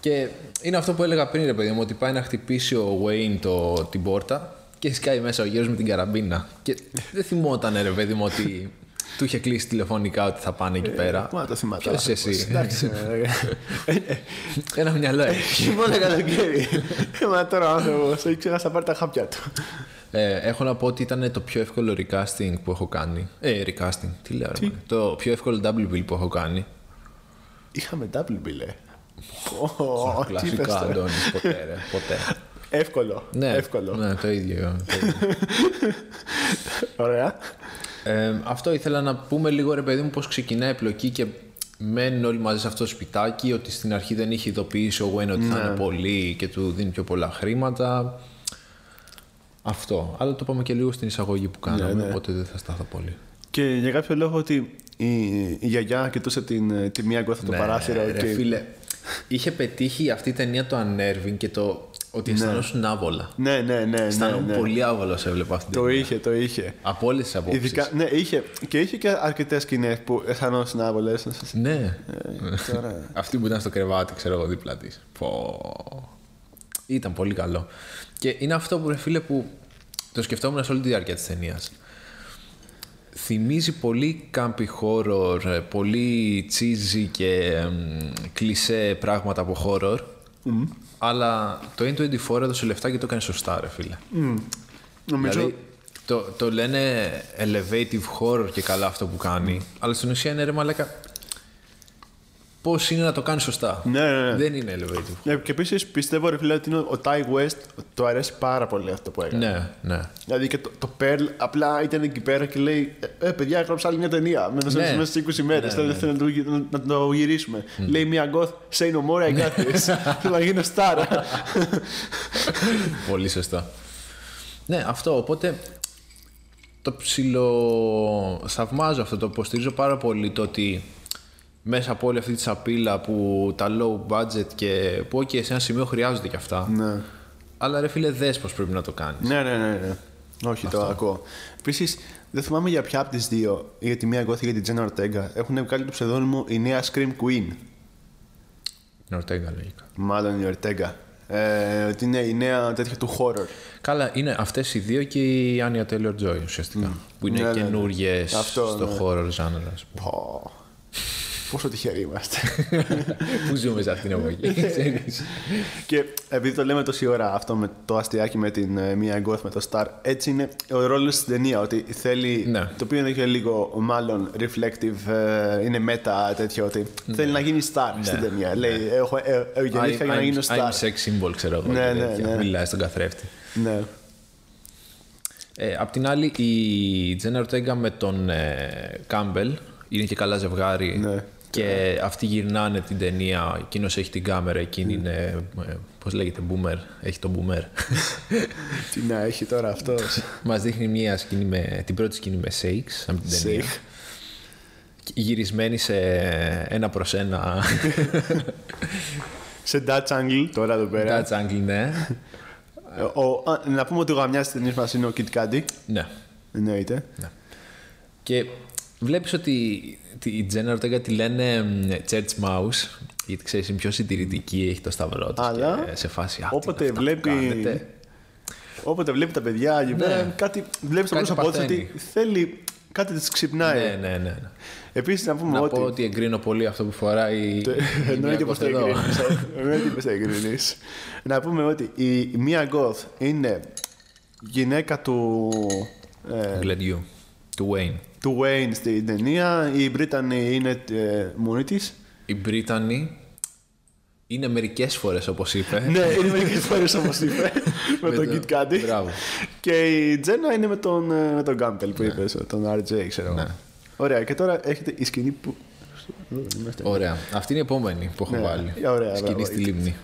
Speaker 1: Και είναι αυτό που έλεγα πριν, ρε παιδί μου, ότι πάει να χτυπήσει ο Wayne το, την πόρτα και σκάει μέσα ο γύρος με την καραμπίνα. Και δεν θυμόταν, ρε παιδί μου, ότι του είχε κλείσει τηλεφωνικά ότι θα πάνε εκεί πέρα.
Speaker 2: Πού να το Ε, θυμάται.
Speaker 1: Ποιος είσαι εσύ.
Speaker 2: Εντάξει. ε, (laughs) ε, ε,
Speaker 1: Ένα μυαλό έχει.
Speaker 2: Χειμώνα (laughs) καλοκαίρι. Ε, Μα τώρα ο άνθρωπος έχει ξεχάσει να πάρει τα χάπια του.
Speaker 1: Ε, έχω να πω ότι ήταν το πιο εύκολο recasting που έχω κάνει. Ε, recasting. Τι λέω, ρε, μάνα. Το πιο εύκολο double bill που έχω κάνει.
Speaker 2: Είχαμε double ε. μπιλέ.
Speaker 1: Κλασικά, Αντώνη, ποτέ, ρε, ποτέ.
Speaker 2: Εύκολο.
Speaker 1: Ναι,
Speaker 2: Εύκολο.
Speaker 1: Ναι, το ίδιο. το ίδιο.
Speaker 2: Ωραία.
Speaker 1: Ε, αυτό ήθελα να πούμε λίγο ρε παιδί μου πώς ξεκινάει η πλοκή και μένουν όλοι μαζί σε αυτό το σπιτάκι ότι στην αρχή δεν είχε ειδοποιήσει ο Wayne ότι θα είναι πολύ και του δίνει πιο πολλά χρήματα. Αυτό. Αλλά το είπαμε και λίγο στην εισαγωγή που κάναμε, οπότε δεν θα στάθω πολύ.
Speaker 2: Και για κάποιο λόγο ότι η, η γιαγιά κοιτούσε την, ε, τη μία γκόθα του παράθυρο.
Speaker 1: Ναι, Ρε
Speaker 2: και...
Speaker 1: φίλε, είχε πετύχει αυτή η ταινία το unnerving και το Ότι αισθανόσουν άβολα.
Speaker 2: Ναι, ναι, ναι. ναι,
Speaker 1: Αισθάνομαι
Speaker 2: ναι.
Speaker 1: πολύ άβολα σε έβλεπα αυτή την
Speaker 2: Το
Speaker 1: ταινία.
Speaker 2: είχε, το είχε.
Speaker 1: Από όλες τις απόψεις.
Speaker 2: Ειδικά, ναι, είχε. Και είχε και αρκετές σκηνές που αισθανόσουν άβολες.
Speaker 1: Ναι.
Speaker 2: Τώρα.
Speaker 1: Αυτή που ήταν στο κρεβάτι, ξέρω εγώ, δίπλα της. Πω. Ήταν πολύ καλό. Και είναι αυτό που, ρε φίλε, που το σκεφτόμουν σε όλη τη διάρκεια της ταινίας. Θυμίζει πολύ κάμπι horror, ε, πολύ cheesy και εμ, κλισέ πράγματα από horror. Αλλά το N24 έδωσε λεφτά και το έκανε σωστά, ρε φίλε.
Speaker 2: Νομίζω.
Speaker 1: Δηλαδή, το, το λένε elevative horror και καλά αυτό που κάνει, αλλά στην ουσία είναι ρε μαλάκα. Πώς είναι να το κάνεις σωστά.
Speaker 2: Ναι, ναι, ναι.
Speaker 1: Δεν είναι elevative.
Speaker 2: Ναι, και επίσης πιστεύω ρε φίλε ότι είναι ο Ty West του αρέσει πάρα πολύ αυτό που έκανε.
Speaker 1: Ναι, ναι.
Speaker 2: Δηλαδή και το, το Pearl απλά ήταν εκεί πέρα και λέει: Ε, ε, παιδιά, έγραψα άλλη μια ταινία. Με μέσα
Speaker 1: Ναι.
Speaker 2: μέσα σε 20 μέρες.
Speaker 1: Ναι,
Speaker 2: Ναι, ναι. να, το, γυ- να, να το γυρίσουμε. Λέει μια goth, say no more, I got this.
Speaker 1: Ναι.
Speaker 2: (laughs) Θέλω να γίνω
Speaker 1: (laughs)
Speaker 2: στάρα.
Speaker 1: Πολύ σωστά. Ναι, αυτό. Οπότε το ψηλο... Θαυμάζω αυτό, το υποστηρίζω πάρα πολύ το ότι μέσα από όλη αυτή τη σαπίλα που τα low budget και που και σε ένα σημείο χρειάζονται και αυτά.
Speaker 2: ναι.
Speaker 1: Αλλά ρε φίλε, δες πώς πρέπει να το κάνεις.
Speaker 2: Ναι, ναι, ναι. ναι. Όχι, το ακούω. Επίσης, δεν θυμάμαι για ποια από τις δύο, για τη μία Goth ή για την Τζένα Ορτέγκα, έχουν βγάλει το ψευδόνυμο η νέα Scream Queen.
Speaker 1: Νορτέγκα λογικά.
Speaker 2: Μάλλον η Ορτέγκα. Ε, ότι είναι η νέα τέτοια του horror.
Speaker 1: Καλά, είναι αυτές οι δύο και η Άνια Taylor Joy ουσιαστικά. Που είναι
Speaker 2: Ναι, ναι, ναι.
Speaker 1: καινούριε
Speaker 2: Αυτό,
Speaker 1: στο
Speaker 2: ναι.
Speaker 1: χώρο genre, ας
Speaker 2: (laughs)
Speaker 1: πούμε.
Speaker 2: Πω. Πόσο τυχεροί είμαστε.
Speaker 1: Πού ζούμε σε αυτήν την εποχή, ξέρεις.
Speaker 2: Ναι. και επειδή το λέμε τόση ώρα αυτό με το αστιάκι με την ε, μία Goth με το Star, έτσι είναι ο ρόλος στην ταινία. Ότι θέλει.
Speaker 1: Ναι.
Speaker 2: Το οποίο είναι και λίγο μάλλον reflective, ε, είναι meta τέτοιο. Ότι
Speaker 1: Ναι.
Speaker 2: θέλει να γίνει Star στην ταινία. Λέει: Έχω ε, ε, γεννήθηκα για να γίνω
Speaker 1: I'm
Speaker 2: Star.
Speaker 1: sex symbol, ξέρω εγώ.
Speaker 2: Ναι,
Speaker 1: και
Speaker 2: ναι,
Speaker 1: τέτοια.
Speaker 2: ναι.
Speaker 1: Μιλάει στον καθρέφτη.
Speaker 2: Ναι.
Speaker 1: Ε, απ' την άλλη, η Τζένα Ορτέγκα με τον ε, Κάμπελ είναι και καλά ζευγάρι.
Speaker 2: Ναι.
Speaker 1: Και αυτοί γυρνάνε την ταινία. Εκείνος έχει την κάμερα, εκείνη είναι. Ε, Πώς λέγεται, Boomer. Έχει τον
Speaker 2: (laughs)
Speaker 1: Boomer.
Speaker 2: Τι να έχει τώρα
Speaker 1: (laughs)
Speaker 2: αυτός.
Speaker 1: Μας δείχνει μια σκηνή με, την πρώτη σκηνή με Shakes από την ταινία.
Speaker 2: Shake.
Speaker 1: Γυρισμένη σε ένα προς ένα
Speaker 2: Σε Dutch Angle τώρα εδώ πέρα.
Speaker 1: Dutch angle, ναι.
Speaker 2: Ο- α, να πούμε ότι ο γαμιάς της ταινίας μας είναι ο Kid Cudi.
Speaker 1: ναι.
Speaker 2: Εννοείται.
Speaker 1: Και βλέπεις ότι τη- η Τζένα Ορτέγκα τη λένε μ, Church Mouse, γιατί ξέρεις είναι πιο συντηρητική, έχει το σταυρό της
Speaker 2: Αλλά
Speaker 1: και σε φάση «Α, τι
Speaker 2: όποτε
Speaker 1: είναι αυτά που
Speaker 2: βλέπει-
Speaker 1: κάνετε».
Speaker 2: Όποτε βλέπει τα παιδιά εκεί πέρα, κάτι βλέπει στο
Speaker 1: Ναι. Κάτι
Speaker 2: πρόσωπό του
Speaker 1: παθαίνει.
Speaker 2: ότι θέλει κάτι της ξυπνάει.
Speaker 1: Ναι, ναι, ναι. ναι.
Speaker 2: Επίσης να πούμε
Speaker 1: Να
Speaker 2: (laughs) ότι.
Speaker 1: πω ότι εγκρίνω πολύ αυτό που φοράει η- η
Speaker 2: Εννοείται πως το
Speaker 1: Μιακοστεδό.
Speaker 2: εγκρίνεις. Εννοείται πως το εγκρίνεις. Να πούμε ότι η Μία Γκοθ είναι γυναίκα του. ε,
Speaker 1: Γκλεντιού, του Wayne.
Speaker 2: του Wayne στην ταινία. Η Μπρίτανη είναι ε, μόνη της.
Speaker 1: Οι Βρύτανοι είναι μερικές φορές όπως είπε.
Speaker 2: ναι, είναι μερικές φορές όπως (laughs) είπε. με
Speaker 1: Με
Speaker 2: τον
Speaker 1: το-
Speaker 2: Kid Cudi.
Speaker 1: Μπράβο. Ναι.
Speaker 2: Και η Τζένα είναι με τον, ε, με τον Γκάμπελ που είπες, τον RJ, ξέρω εγώ. Ωραία, και τώρα έχετε η σκηνή που.
Speaker 1: Ωραία. Αυτή είναι η επόμενη που έχω
Speaker 2: Ναι.
Speaker 1: βάλει.
Speaker 2: Ε, ωραία,
Speaker 1: Σκηνή
Speaker 2: μπράβο.
Speaker 1: στη λίμνη.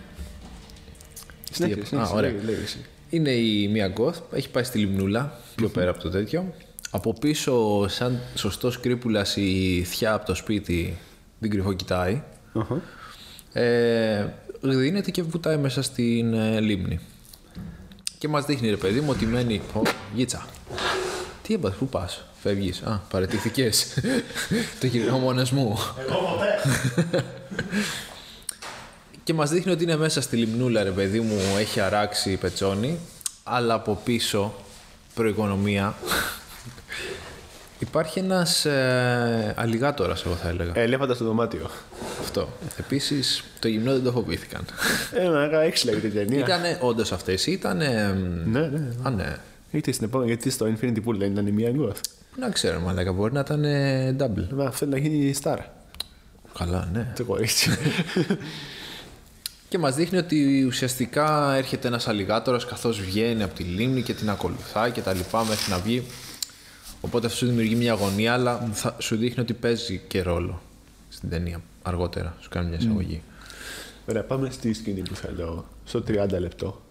Speaker 2: Συνέχισε,
Speaker 1: Α,
Speaker 2: συνέχισε,
Speaker 1: ωραία.
Speaker 2: λέγε, λέγε εσύ.
Speaker 1: Είναι η μία γκοθ, έχει πάει στη λιμνούλα, πιο πέρα από το τέτοιο. Από πίσω, σαν σωστός κρύπουλας, η θιά από το σπίτι την κρυφοκοιτάει.
Speaker 2: Αχα.
Speaker 1: Ε, γδίνεται και βουτάει μέσα στην ε, λίμνη. Και μας δείχνει ρε παιδί μου ότι μένει... Ω, γίτσα. Τι έπαθες, πού πας, φεύγεις. Α, παρετήθηκες. (laughs) το γυρνάω μόνος μου. (laughs) Και μας δείχνει ότι είναι μέσα στη λιμνούλα ρε παιδί μου, έχει αράξει η πετσόνη, αλλά από πίσω, προοικονομία, (laughs) υπάρχει ένας ε, αλιγάτορας εγώ θα έλεγα.
Speaker 2: Ε, Ελέφαντα στο δωμάτιο.
Speaker 1: Αυτό. Επίσης, το γυμνό δεν το φοβήθηκαν.
Speaker 2: Ε, μαγά, έχει λέγει την ταινία.
Speaker 1: Ήτανε όντως αυτές, ήτανε... μ,
Speaker 2: Ναι, ναι.
Speaker 1: Α, ναι.
Speaker 2: Γιατί στην επόμενη, γιατί στο Infinity Pool δεν ήταν η μία γκοθ.
Speaker 1: Πού να ξέρω, μαλάκα, μπορεί να ήταν ε, double.
Speaker 2: Μα θέλει να γίνει η star.
Speaker 1: Καλά, ναι.
Speaker 2: Το κορίτσι.
Speaker 1: Και μας δείχνει ότι ουσιαστικά έρχεται ένας αλιγάτορας καθώς βγαίνει από τη λίμνη και την ακολουθάει και τα λοιπά μέχρι να βγει. Οπότε αυτό σου δημιουργεί μια αγωνία, αλλά θα σου δείχνει ότι παίζει και ρόλο στην ταινία αργότερα. Σου κάνει μια εισαγωγή.
Speaker 2: Ωραία, πάμε στη σκηνή που θέλω. Στο 30 λεπτό.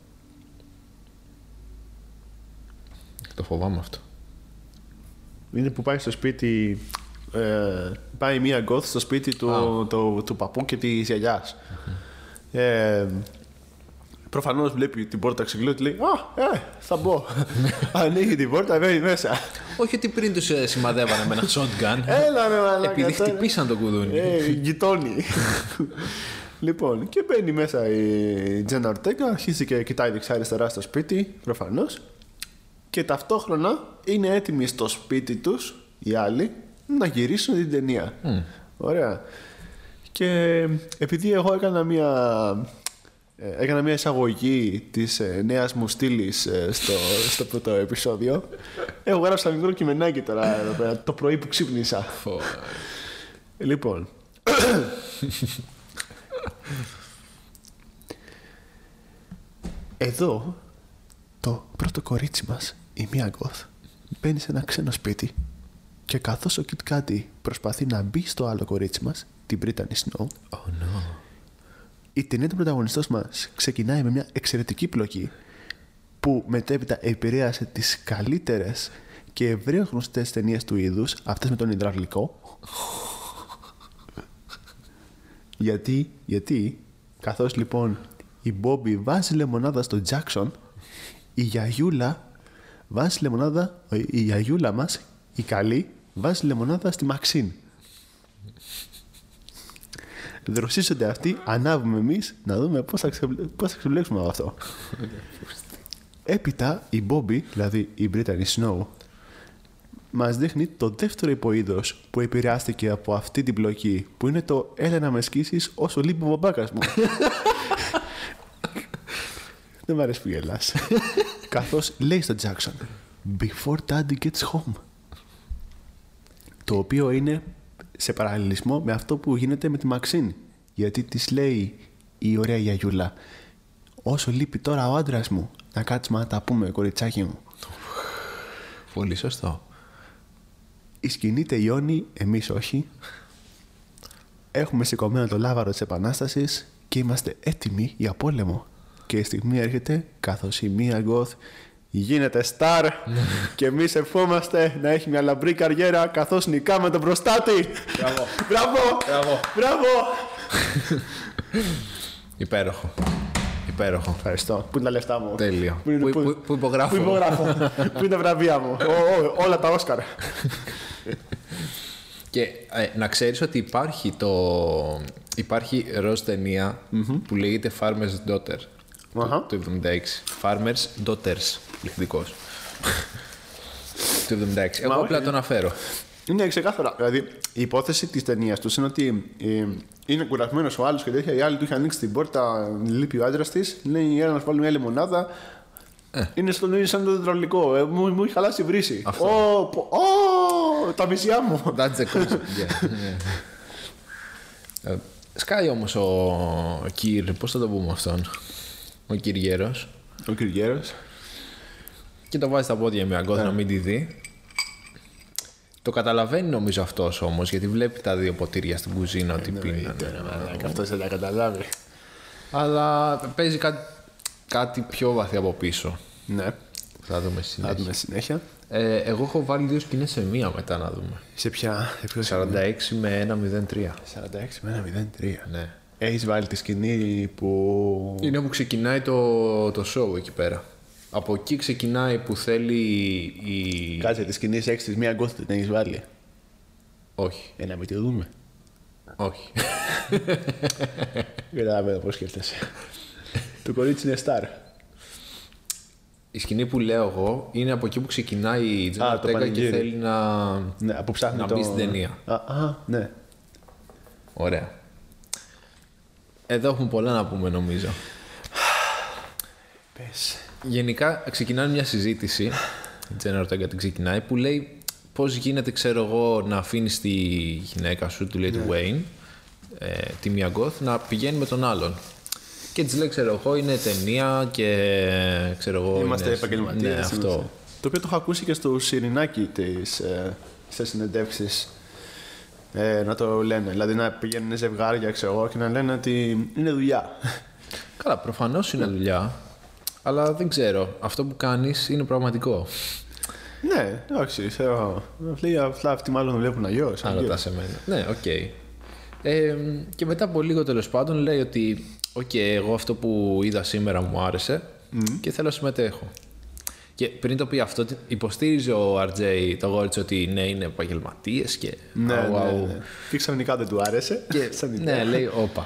Speaker 1: Το φοβάμαι αυτό.
Speaker 2: Είναι που πάει στο σπίτι. Ε, πάει μία γκοθ στο σπίτι του, του, του παππού και της γιαγιάς. Ε, Προφανώς βλέπει την πόρτα ξυγλού και λέει Α, ε, θα μπω. Ανοίγει την πόρτα, μπαίνει μέσα.
Speaker 1: Όχι ότι πριν τους σημαδεύανε με ένα
Speaker 2: (laughs)
Speaker 1: shotgun.
Speaker 2: Έλα ρε μαλάκα.
Speaker 1: επειδή
Speaker 2: τώρα.
Speaker 1: χτυπήσαν το κουδούνι.
Speaker 2: Ε, γειτόνι. λοιπόν, και μπαίνει μέσα η Τζένα Ορτέγκα, αρχίζει και κοιτάει δεξιά-αριστερά στο σπίτι, προφανώς. Και ταυτόχρονα είναι έτοιμοι στο σπίτι τους οι άλλοι να γυρίσουν την ταινία. Ωραία. Και επειδή εγώ έκανα μια, ε, έκανα μια εισαγωγή της ε, νέας μου στήλης στο, στο πρώτο επεισόδιο, (laughs) έχω γράψει ένα μικρό κειμενάκι τώρα εδώ πέρα, το πρωί που ξύπνησα.
Speaker 1: Φω.
Speaker 2: Λοιπόν. Εδώ το πρώτο κορίτσι μας, η Μία Γκοθ, μπαίνει σε ένα ξένο σπίτι και καθώς ο Κιτ Κάντι προσπαθεί να μπει στο άλλο κορίτσι μας, την Brittany Snow,
Speaker 1: Oh no.
Speaker 2: η ταινία του πρωταγωνιστός μας ξεκινάει με μια εξαιρετική πλοκή που μετέπειτα επηρέασε τις καλύτερες και ευρέως γνωστές ταινίες του είδους, αυτές με τον υδραυλικό. γιατί, γιατί, καθώς λοιπόν η Μπόμπι βάζει λεμονάδα στον Τζάκσον, η γιαγιούλα βάζει λεμονάδα, η γιαγιούλα μας, η καλή, βάζει λεμονάδα στη Μαξίν. Δροσίζονται αυτοί, ανάβουμε εμείς να δούμε πώς θα, ξεμπλε- πώς θα ξεμπλέξουμε από αυτό. Έπειτα η Μπόμπι, δηλαδή η Brittany Snow, μας δείχνει το δεύτερο υποείδο που επηρεάστηκε από αυτή την πλοκή, που είναι το έλα να με σκίσεις όσο λείπει ο μπαμπάκας μου. Δεν μ' αρέσει που γελάς. Καθώς λέει στο Τζάξον, Before Daddy gets home. Το οποίο είναι σε παραλληλισμό με αυτό που γίνεται με τη Μαξίν. Γιατί της λέει η ωραία γιαγιούλα, Όσο λείπει τώρα ο άντρας μου, να κάτσουμε να τα πούμε, κοριτσάκι μου.
Speaker 1: Πολύ σωστό.
Speaker 2: Η σκηνή τελειώνει, εμείς όχι. Έχουμε σηκωμένο το λάβαρο της Επανάστασης και είμαστε έτοιμοι για πόλεμο. Και η στιγμή έρχεται καθώς η μία γκοθ γίνεται στάρ
Speaker 1: (laughs)
Speaker 2: και εμείς ευχόμαστε να έχει μια λαμπρή καριέρα καθώς νικάμε τον προστάτη.
Speaker 1: Μπράβο.
Speaker 2: Μπράβο!
Speaker 1: Μπράβο.
Speaker 2: Μπράβο!
Speaker 1: Υπέροχο. Υπέροχο.
Speaker 2: Ευχαριστώ. Πού είναι τα λεφτά μου.
Speaker 1: Τέλειο.
Speaker 2: είναι-
Speaker 1: Πού- πού- πού υπογράφω.
Speaker 2: Πού υπογράφω. Πού είναι τα βραβεία μου. Ω, ω, όλα τα Όσκαρ.
Speaker 1: Και ε, να ξέρεις ότι υπάρχει το... Υπάρχει ροζ ταινία που λέγεται Farmer's Daughter
Speaker 2: Αχα.
Speaker 1: του 76. Farmer's Daughters, πληθυντικός. του 76. Εγώ απλά το αναφέρω.
Speaker 2: Είναι ξεκάθαρα. Δηλαδή, η υπόθεση της ταινίας τους είναι ότι ε, είναι κουρασμένος ο άλλος και τέτοια. Οι άλλοι του είχαν ανοίξει την πόρτα, λείπει ο άντρας της. Λέει: Έλα να σου βάλω μια λεμονάδα. Είναι στον ίδιο σαν το υδραυλικό. Ε, μου, μου έχει χαλάσει η βρύση.
Speaker 1: Αυτό.
Speaker 2: Ω, πω- ω, τα μισιά μου.
Speaker 1: That's the concept, yeah. Ε, Σκάει όμως ο Κυρ, πώς θα το πούμε αυτόν, ο Κυριέρος
Speaker 2: Ο Κυριέρος.
Speaker 1: και το βάζει στα πόδια μια γκόθα να μην τη δει. Το καταλαβαίνει νομίζω αυτός όμως γιατί βλέπει τα δύο ποτήρια στην κουζίνα ότι πίνανε.
Speaker 2: Αυτός δεν τα καταλάβει.
Speaker 1: Αλλά παίζει κάτι, κάτι πιο βαθύ από πίσω.
Speaker 2: Ναι,
Speaker 1: Θα δούμε συνέχεια.
Speaker 2: θα δούμε συνέχεια.
Speaker 1: Ε, εγώ έχω βάλει δύο σκηνές σε μία μετά να δούμε.
Speaker 2: Σε ποια. σε ποιο
Speaker 1: 46 με 1.03.
Speaker 2: 46 με 1-03.
Speaker 1: Ναι.
Speaker 2: Έχεις βάλει τη σκηνή που.
Speaker 1: Είναι που ξεκινάει το, το show εκεί πέρα. Από εκεί ξεκινάει που θέλει η...
Speaker 2: Κάτσε τη σκηνή 6 τη μία γκόθη την έχεις βάλει.
Speaker 1: Όχι,
Speaker 2: Ε, να μην τη δούμε.
Speaker 1: όχι.
Speaker 2: Καταλαβαίνω πώς σκέφτεσαι. το κορίτσι είναι στάρ.
Speaker 1: η σκηνή που λέω εγώ είναι από εκεί που ξεκινάει η
Speaker 2: Α,
Speaker 1: Τζένα
Speaker 2: το
Speaker 1: Τέκα και
Speaker 2: πανηγύρι.
Speaker 1: θέλει να...
Speaker 2: Ναι, από ψάχνει
Speaker 1: Να
Speaker 2: το...
Speaker 1: μπει στην ταινία.
Speaker 2: Α, α, ναι.
Speaker 1: Ωραία. Εδώ έχουμε πολλά να πούμε νομίζω.
Speaker 2: Πες.
Speaker 1: Γενικά ξεκινάει μια συζήτηση, η Τζένα Ορτέγκα την ξεκινάει, που λέει πώς γίνεται, ξέρω εγώ, να αφήνεις τη γυναίκα σου, του λέει
Speaker 2: Ναι.
Speaker 1: του Wayne, ε, τη μία γκοθ, να πηγαίνει με τον άλλον. Και της λέει, ξέρω εγώ, είναι ταινία και ξέρω εγώ.
Speaker 2: Είμαστε
Speaker 1: είναι-
Speaker 2: επαγγελματίες.
Speaker 1: Ναι, αυτό.
Speaker 2: Το οποίο το έχω ακούσει και στο Σιρινάκι της, ε, σε συνεντεύξεις. Ε, να το λένε. Δηλαδή να πηγαίνουν ζευγάρια ξέρω, εγώ, και να λένε ότι είναι
Speaker 1: (laughs)
Speaker 2: δουλειά.
Speaker 1: Καλά, προφανώς είναι
Speaker 2: Ναι.
Speaker 1: δουλειά. Αλλά δεν ξέρω. Αυτό που κάνεις είναι πραγματικό.
Speaker 2: ναι, εντάξει, ξέρω. Λέει απλά αυτοί μάλλον δουλεύουν αλλιώ.
Speaker 1: Αν ρωτά εμένα. Ναι, οκ. Ε, και μετά από λίγο τέλος πάντων λέει ότι οκ, εγώ αυτό που είδα σήμερα μου άρεσε και θέλω να συμμετέχω. Και πριν το πει αυτό, τι- υποστήριζε ο RJ το αγόριτσι ότι ναι, είναι επαγγελματίες και.
Speaker 2: Ναι,
Speaker 1: «Αου,
Speaker 2: ναι,
Speaker 1: αου».
Speaker 2: ναι. Και ξαφνικά δεν του άρεσε.
Speaker 1: Και,
Speaker 2: (laughs) Σαν ιδέα.
Speaker 1: ναι, λέει,
Speaker 2: (laughs)
Speaker 1: όπα.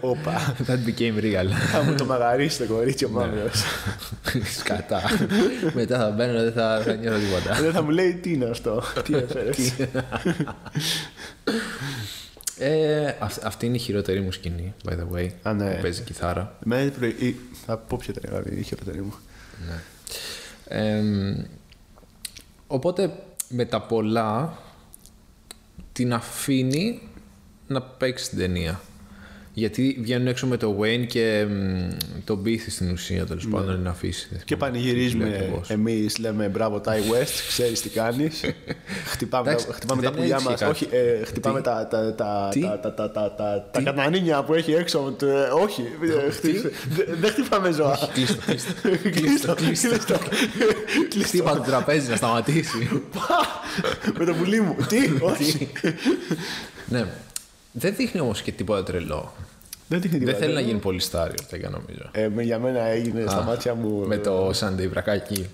Speaker 2: Όπα.
Speaker 1: That became
Speaker 2: (laughs)
Speaker 1: real.
Speaker 2: Θα μου το μαγαρίσει το κορίτσι
Speaker 1: Ναι.
Speaker 2: ο μάμιος.
Speaker 1: Σκατά. Μετά θα μπαίνω, δεν θα, θα νιώθω τίποτα.
Speaker 2: Δεν θα μου λέει τι είναι αυτό. Τι έφερες.
Speaker 1: Ε, αυ- αυτή είναι η χειρότερη μου σκηνή, by the way.
Speaker 2: Α, ναι.
Speaker 1: που Παίζει κιθάρα.
Speaker 2: Εμένα πρωί. ή, Απόψε ήταν δηλαδή, η χειρότερη μου.
Speaker 1: Εμ, οπότε με τα πολλά την αφήνει να παίξει την ταινία. Γιατί βγαίνουν έξω με το Wayne και εμ, τον πείθει στην ουσία τέλος πάντων να αφήσει.
Speaker 2: Ναι. Και πανηγυρίζουμε εμείς, λέμε μπράβο, Ty West, ξέρεις τι κάνεις. (laughs) χτυπάμε τα,
Speaker 1: Εντάξει,
Speaker 2: χτυπάμε τα
Speaker 1: δεν
Speaker 2: πουλιά
Speaker 1: έτυχε
Speaker 2: μας.
Speaker 1: κάτι.
Speaker 2: Όχι, ε, χτυπάμε τα, τα, τα,
Speaker 1: Τι?
Speaker 2: τα, τα, τα, τα, τα, τα καναρίνια που έχει έξω. του, ε, όχι, ε, χτυ- δε- δεν χτυπάμε ζώα.
Speaker 1: Κλείστο, (laughs) κλείστο.
Speaker 2: Ε, (laughs) Κλείστο, κλείστο. Κλείστο.
Speaker 1: Χτύπα το τραπέζι να σταματήσει. (laughs)
Speaker 2: Πα! Με το πουλί μου. Τι, όχι.
Speaker 1: ναι. Δεν δείχνει όμως και τίποτα τρελό.
Speaker 2: Δεν δείχνει
Speaker 1: Δεν
Speaker 2: τίποτα.
Speaker 1: θέλει να γίνει πολύ στάριο, τελικά νομίζω.
Speaker 2: Ε, με- για μένα έγινε στα
Speaker 1: Α,
Speaker 2: μάτια μου.
Speaker 1: (laughs) Με το Sunday βρακάκι.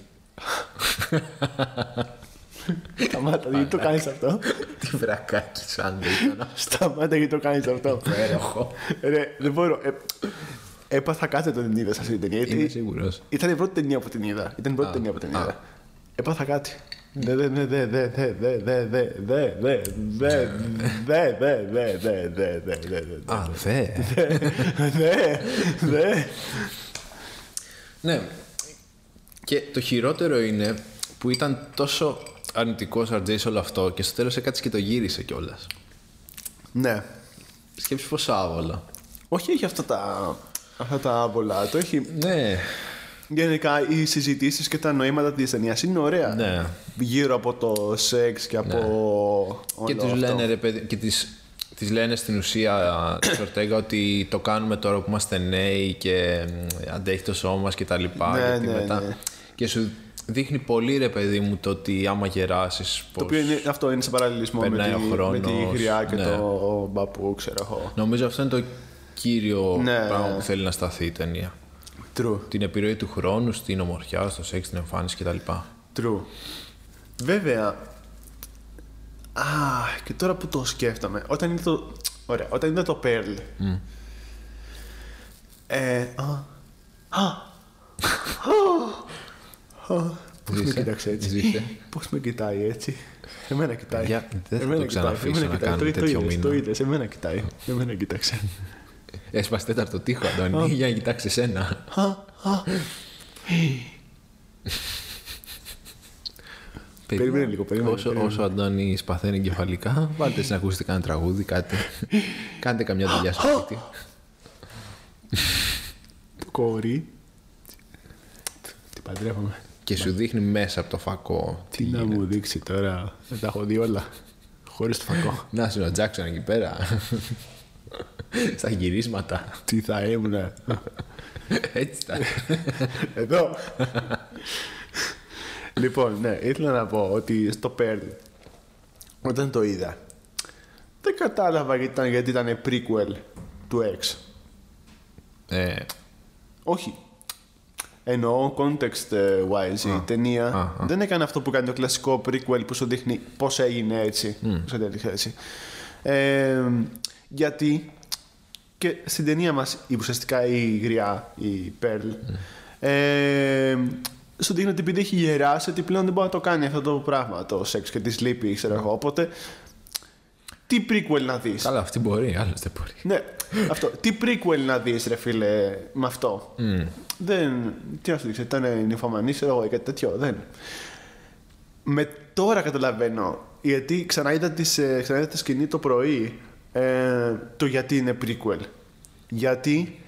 Speaker 2: Σταμάτα, γιατί το κάνεις αυτό.
Speaker 1: (laughs) Τι βρακάκι Sunday (laughs) ήταν.
Speaker 2: Σταμάτα, γιατί το κάνεις αυτό.
Speaker 1: Απέροχο.
Speaker 2: Ρε, δεν μπορώ. Ε, έπαθα κάθε τον την είδα σε αυτή την ταινία.
Speaker 1: Είμαι
Speaker 2: γιατί
Speaker 1: σίγουρος.
Speaker 2: Ήταν η πρώτη ταινία που την είδα. Ήταν η πρώτη ταινία που την
Speaker 1: α.
Speaker 2: είδα. Έπαθα κάτι. Δε, δε, δε, δε, δε, δε, δε, δε, δε, δε, δε, δε, δε, δε, δε, δε, δε, δε, δε, δε.
Speaker 1: Α, δε.
Speaker 2: Δε, δε.
Speaker 1: Ναι. Και το χειρότερο είναι που ήταν τόσο αρνητικός RJ σε όλο αυτό και στο τέλος έκατσε και το γύρισε κιόλας.
Speaker 2: Ναι.
Speaker 1: Σκέψη πόσο άβολο.
Speaker 2: Όχι, έχει αυτά τα. Αυτά τα άβολα. Το έχει.
Speaker 1: Ναι.
Speaker 2: Γενικά οι συζητήσεις και τα νοήματα της ταινίας είναι ωραία.
Speaker 1: Ναι.
Speaker 2: Γύρω από το σεξ και από. όλο
Speaker 1: και τους
Speaker 2: αυτό.
Speaker 1: λένε ρε παιδί, και τις, τις λένε στην ουσία τη Ορτέγκα ότι το κάνουμε τώρα που είμαστε νέοι και μ, αντέχει το σώμα μας και τα λοιπά.
Speaker 2: Ναι,
Speaker 1: γιατί
Speaker 2: ναι,
Speaker 1: μετά...
Speaker 2: ναι.
Speaker 1: Και σου δείχνει πολύ ρε παιδί μου το ότι άμα γεράσεις
Speaker 2: Το
Speaker 1: πως...
Speaker 2: οποίο είναι, αυτό είναι σε παραλληλισμό με
Speaker 1: Περνάει ο
Speaker 2: τη, με τη
Speaker 1: χρόνος,
Speaker 2: γριά και
Speaker 1: ναι.
Speaker 2: το μπαπού, ξέρω εγώ.
Speaker 1: Νομίζω αυτό είναι το κύριο
Speaker 2: Ναι.
Speaker 1: πράγμα που θέλει να σταθεί η ταινία.
Speaker 2: True.
Speaker 1: Την επιρροή του χρόνου, στην ομορφιά, στο σεξ, την εμφάνιση κτλ.
Speaker 2: True. Βέβαια. Α, και τώρα που το σκέφτομαι. Όταν είναι το. Ωραία, όταν είναι το Pearl. Ε, α, α, α, α. Πώς με
Speaker 1: Ζήσε,
Speaker 2: κοίταξε έτσι.
Speaker 1: ζήσε.
Speaker 2: Πώς με κοιτάει έτσι. Εμένα κοιτάει.
Speaker 1: Παιδιά, δεν θα
Speaker 2: Εμένα
Speaker 1: το ξαναφήσω
Speaker 2: εμένα
Speaker 1: να
Speaker 2: κοιτάει.
Speaker 1: κάνει
Speaker 2: Το- το
Speaker 1: τέτοιο
Speaker 2: είδες,
Speaker 1: μήνα.
Speaker 2: Το είδες, εμένα κοιτάει. Εμένα κοίταξε.
Speaker 1: (laughs) Έσπασε τέταρτο τείχο, Αντώνη, για να κοιτάξεις εσένα. Παιδιά,
Speaker 2: Περίμενε λίγο, περίμενε,
Speaker 1: Όσο,
Speaker 2: περίμενε.
Speaker 1: όσο ο Αντώνη σπαθαίνει εγκεφαλικά, βάλτε εσείς να ακούσετε κανένα τραγούδι, κάτι. Κάντε καμιά δουλειά στο σπίτι.
Speaker 2: Το κόρη. Τι παντρεύομαι.
Speaker 1: και σου δείχνει μέσα από το φακό.
Speaker 2: Τι να μου δείξει τώρα. Δεν τα έχω δει όλα. Χωρίς το φακό.
Speaker 1: Να σου ο Τζάξον εκεί πέρα. Στα γυρίσματα.
Speaker 2: Τι θα ήμουν.
Speaker 1: Έτσι τα.
Speaker 2: Εδώ. λοιπόν, ναι, ήθελα να πω ότι στο Pearl, όταν το είδα, δεν κατάλαβα γιατί ήταν, γιατί ήταν prequel του X.
Speaker 1: ε,
Speaker 2: Όχι. Εννοώ context ε, wise η ταινία
Speaker 1: α, α.
Speaker 2: δεν έκανε αυτό που κάνει το κλασικό prequel που σου δείχνει πώς έγινε έτσι. πώς κατέληξε έτσι. Ε, γιατί και στην ταινία μας η, ουσιαστικά η γριά, η Pearl, ε, σου δείχνει ότι επειδή έχει γεράσει ότι πλέον δεν μπορεί να το κάνει αυτό το πράγμα το σεξ και τη λύπη
Speaker 1: Ναι.
Speaker 2: ξέρω εγώ. Οπότε τι prequel να δεις.
Speaker 1: καλά, αυτή μπορεί, άλλωστε μπορεί.
Speaker 2: Ναι, αυτό. Τι prequel να δεις, ρε φίλε, με αυτό. Δεν. Τι να σου δείξω, ήταν νυφομανή, ξέρω εγώ, ή κάτι τέτοιο. Δεν. Με τώρα καταλαβαίνω, γιατί ξανά είδα, τις, ε, ξανά είδα τη σκηνή το πρωί, ε, το γιατί είναι prequel. Γιατί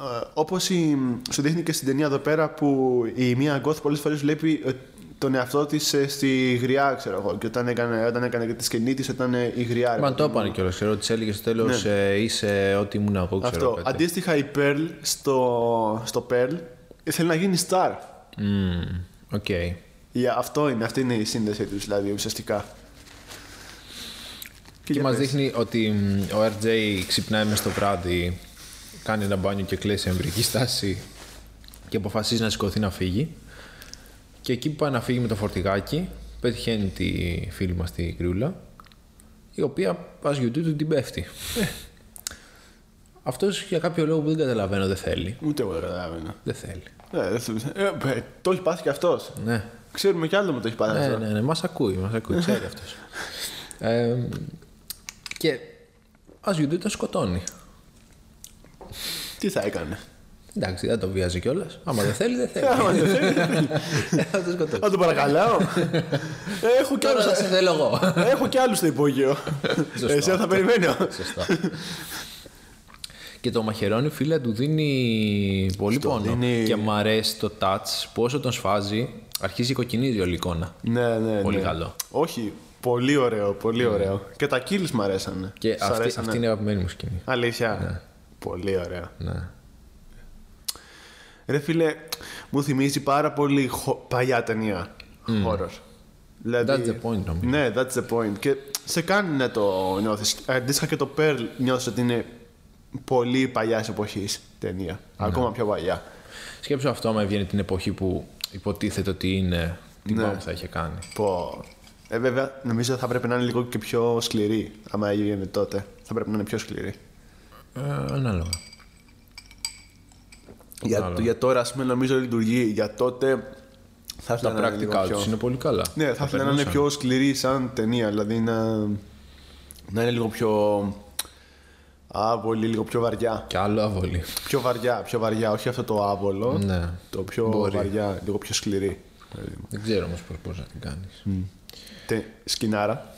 Speaker 2: ε, όπως η, σου δείχνει και στην ταινία εδώ πέρα που η μία γκόθ πολλές φορές βλέπει ε, τον εαυτό της ε, στη γριά, ξέρω εγώ. Και όταν έκανε, όταν έκανε και τη σκηνή της, ήταν ε, η γριά. ρε
Speaker 1: Μα
Speaker 2: παιδί
Speaker 1: το
Speaker 2: μου.
Speaker 1: έπανε κιόλας. Ξέρω ότι έλεγε στο τέλος είσαι ό,τι ήμουν εγώ. Ξέρω,
Speaker 2: Ναι. Αυτό.
Speaker 1: κάτι.
Speaker 2: Αντίστοιχα η Pearl στο, στο Pearl ε, θέλει να γίνει star.
Speaker 1: Μμμ, Οκ.
Speaker 2: Για αυτό είναι, αυτή είναι η σύνδεσή τους δηλαδή ουσιαστικά.
Speaker 1: Και,
Speaker 2: για
Speaker 1: μας
Speaker 2: πες.
Speaker 1: δείχνει ότι μ, ο RJ ξυπνάει μες στο βράδυ κάνει ένα μπάνιο και κλαίει σε εμβρική στάση και αποφασίζει να σηκωθεί να φύγει. Και εκεί που πάει να φύγει με το φορτηγάκι, πετυχαίνει τη φίλη μας τη Κρυούλα, η οποία πας YouTube του την πέφτει. Αυτός για κάποιο λόγο που δεν καταλαβαίνω δεν θέλει.
Speaker 2: Ούτε εγώ δεν καταλαβαίνω.
Speaker 1: Δεν θέλει.
Speaker 2: Ε, δεν θυμ- ε, ε, το έχει πάθει κι αυτός.
Speaker 1: Ναι.
Speaker 2: Ξέρουμε κι άλλο που το έχει πάθει
Speaker 1: Ναι,
Speaker 2: αυτό.
Speaker 1: ναι, ναι, μας ακούει, μας ακούει, ξέρει αυτός. Ε, και ας YouTube τον σκοτώνει.
Speaker 2: Τι θα έκανε. Ε,
Speaker 1: Εντάξει, δεν τον βιάζει κιόλας. Άμα δεν θέλει, δεν
Speaker 2: (laughs)
Speaker 1: θέλει.
Speaker 2: Άμα δεν θέλει,
Speaker 1: (laughs) Θα τον σκοτώσει.
Speaker 2: να τον παρακαλάω. Ε, Έχω κι
Speaker 1: Τώρα
Speaker 2: άλλους-
Speaker 1: θα σε θέλω εγώ.
Speaker 2: Έχω κι άλλους στο υπόγειο. Εσύ θα περιμένω.
Speaker 1: Σωστά. Και το μαχαιρώνει, φίλε, του δίνει πολύ πόνο.
Speaker 2: δίνει-
Speaker 1: Και μ' αρέσει το touch που όσο τον σφάζει, αρχίζει κοκκινίζει όλη η εικόνα.
Speaker 2: Ναι, ναι, ναι.
Speaker 1: Πολύ καλό. Ναι.
Speaker 2: Όχι, πολύ ωραίο, πολύ ωραίο. Και τα kills μ' αρέσανε.
Speaker 1: Και
Speaker 2: Σ' ναι.
Speaker 1: αυτή,
Speaker 2: αρέσανε.
Speaker 1: αυτή είναι η αγαπημένη μου σκηνή.
Speaker 2: Αλήθεια. Πολύ ωραίο.
Speaker 1: Ναι.
Speaker 2: Ρε φίλε, μου θυμίζει πάρα πολύ χο... παλιά ταινία. Χώρος.
Speaker 1: Mm.
Speaker 2: Δηλαδή,
Speaker 1: That's the point, νομίζω.
Speaker 2: Ναι, that's the point. Και σε κάνει να το νιώθεις. Αντίστοιχα και το Pearl νιώθεις ότι είναι πολύ παλιά εποχής ταινία.
Speaker 1: Ναι.
Speaker 2: Ακόμα πιο παλιά.
Speaker 1: Σκέψου αυτό άμα έβγαινε την εποχή που υποτίθεται ότι είναι. Τι
Speaker 2: Ναι.
Speaker 1: ναι. θα είχε κάνει.
Speaker 2: Πω. Ε, βέβαια, νομίζω θα πρέπει να είναι λίγο και πιο σκληρή. Άμα έγινε τότε, θα πρέπει να είναι πιο σκληρή.
Speaker 1: Ε, ανάλογα.
Speaker 2: Για, για τώρα, ας πούμε, νομίζω λειτουργεί. Για τότε
Speaker 1: Τα
Speaker 2: θα ήθελα να είναι λίγο
Speaker 1: πρακτικά
Speaker 2: πιο-
Speaker 1: του είναι πολύ καλά.
Speaker 2: Ναι, θα
Speaker 1: Τα
Speaker 2: ήθελα να είναι
Speaker 1: περνούσαν.
Speaker 2: πιο σκληρή σαν ταινία. Δηλαδή να, να είναι λίγο πιο. άβολη, λίγο πιο βαριά.
Speaker 1: Κι άλλο αβολή.
Speaker 2: Πιο βαριά, πιο βαριά. Όχι αυτό το άβολο.
Speaker 1: Ναι.
Speaker 2: Το πιο
Speaker 1: Μπορεί.
Speaker 2: βαριά, λίγο πιο σκληρή.
Speaker 1: Δεν ξέρω όμως πώς να την κάνεις.
Speaker 2: Τε, σκινάρα.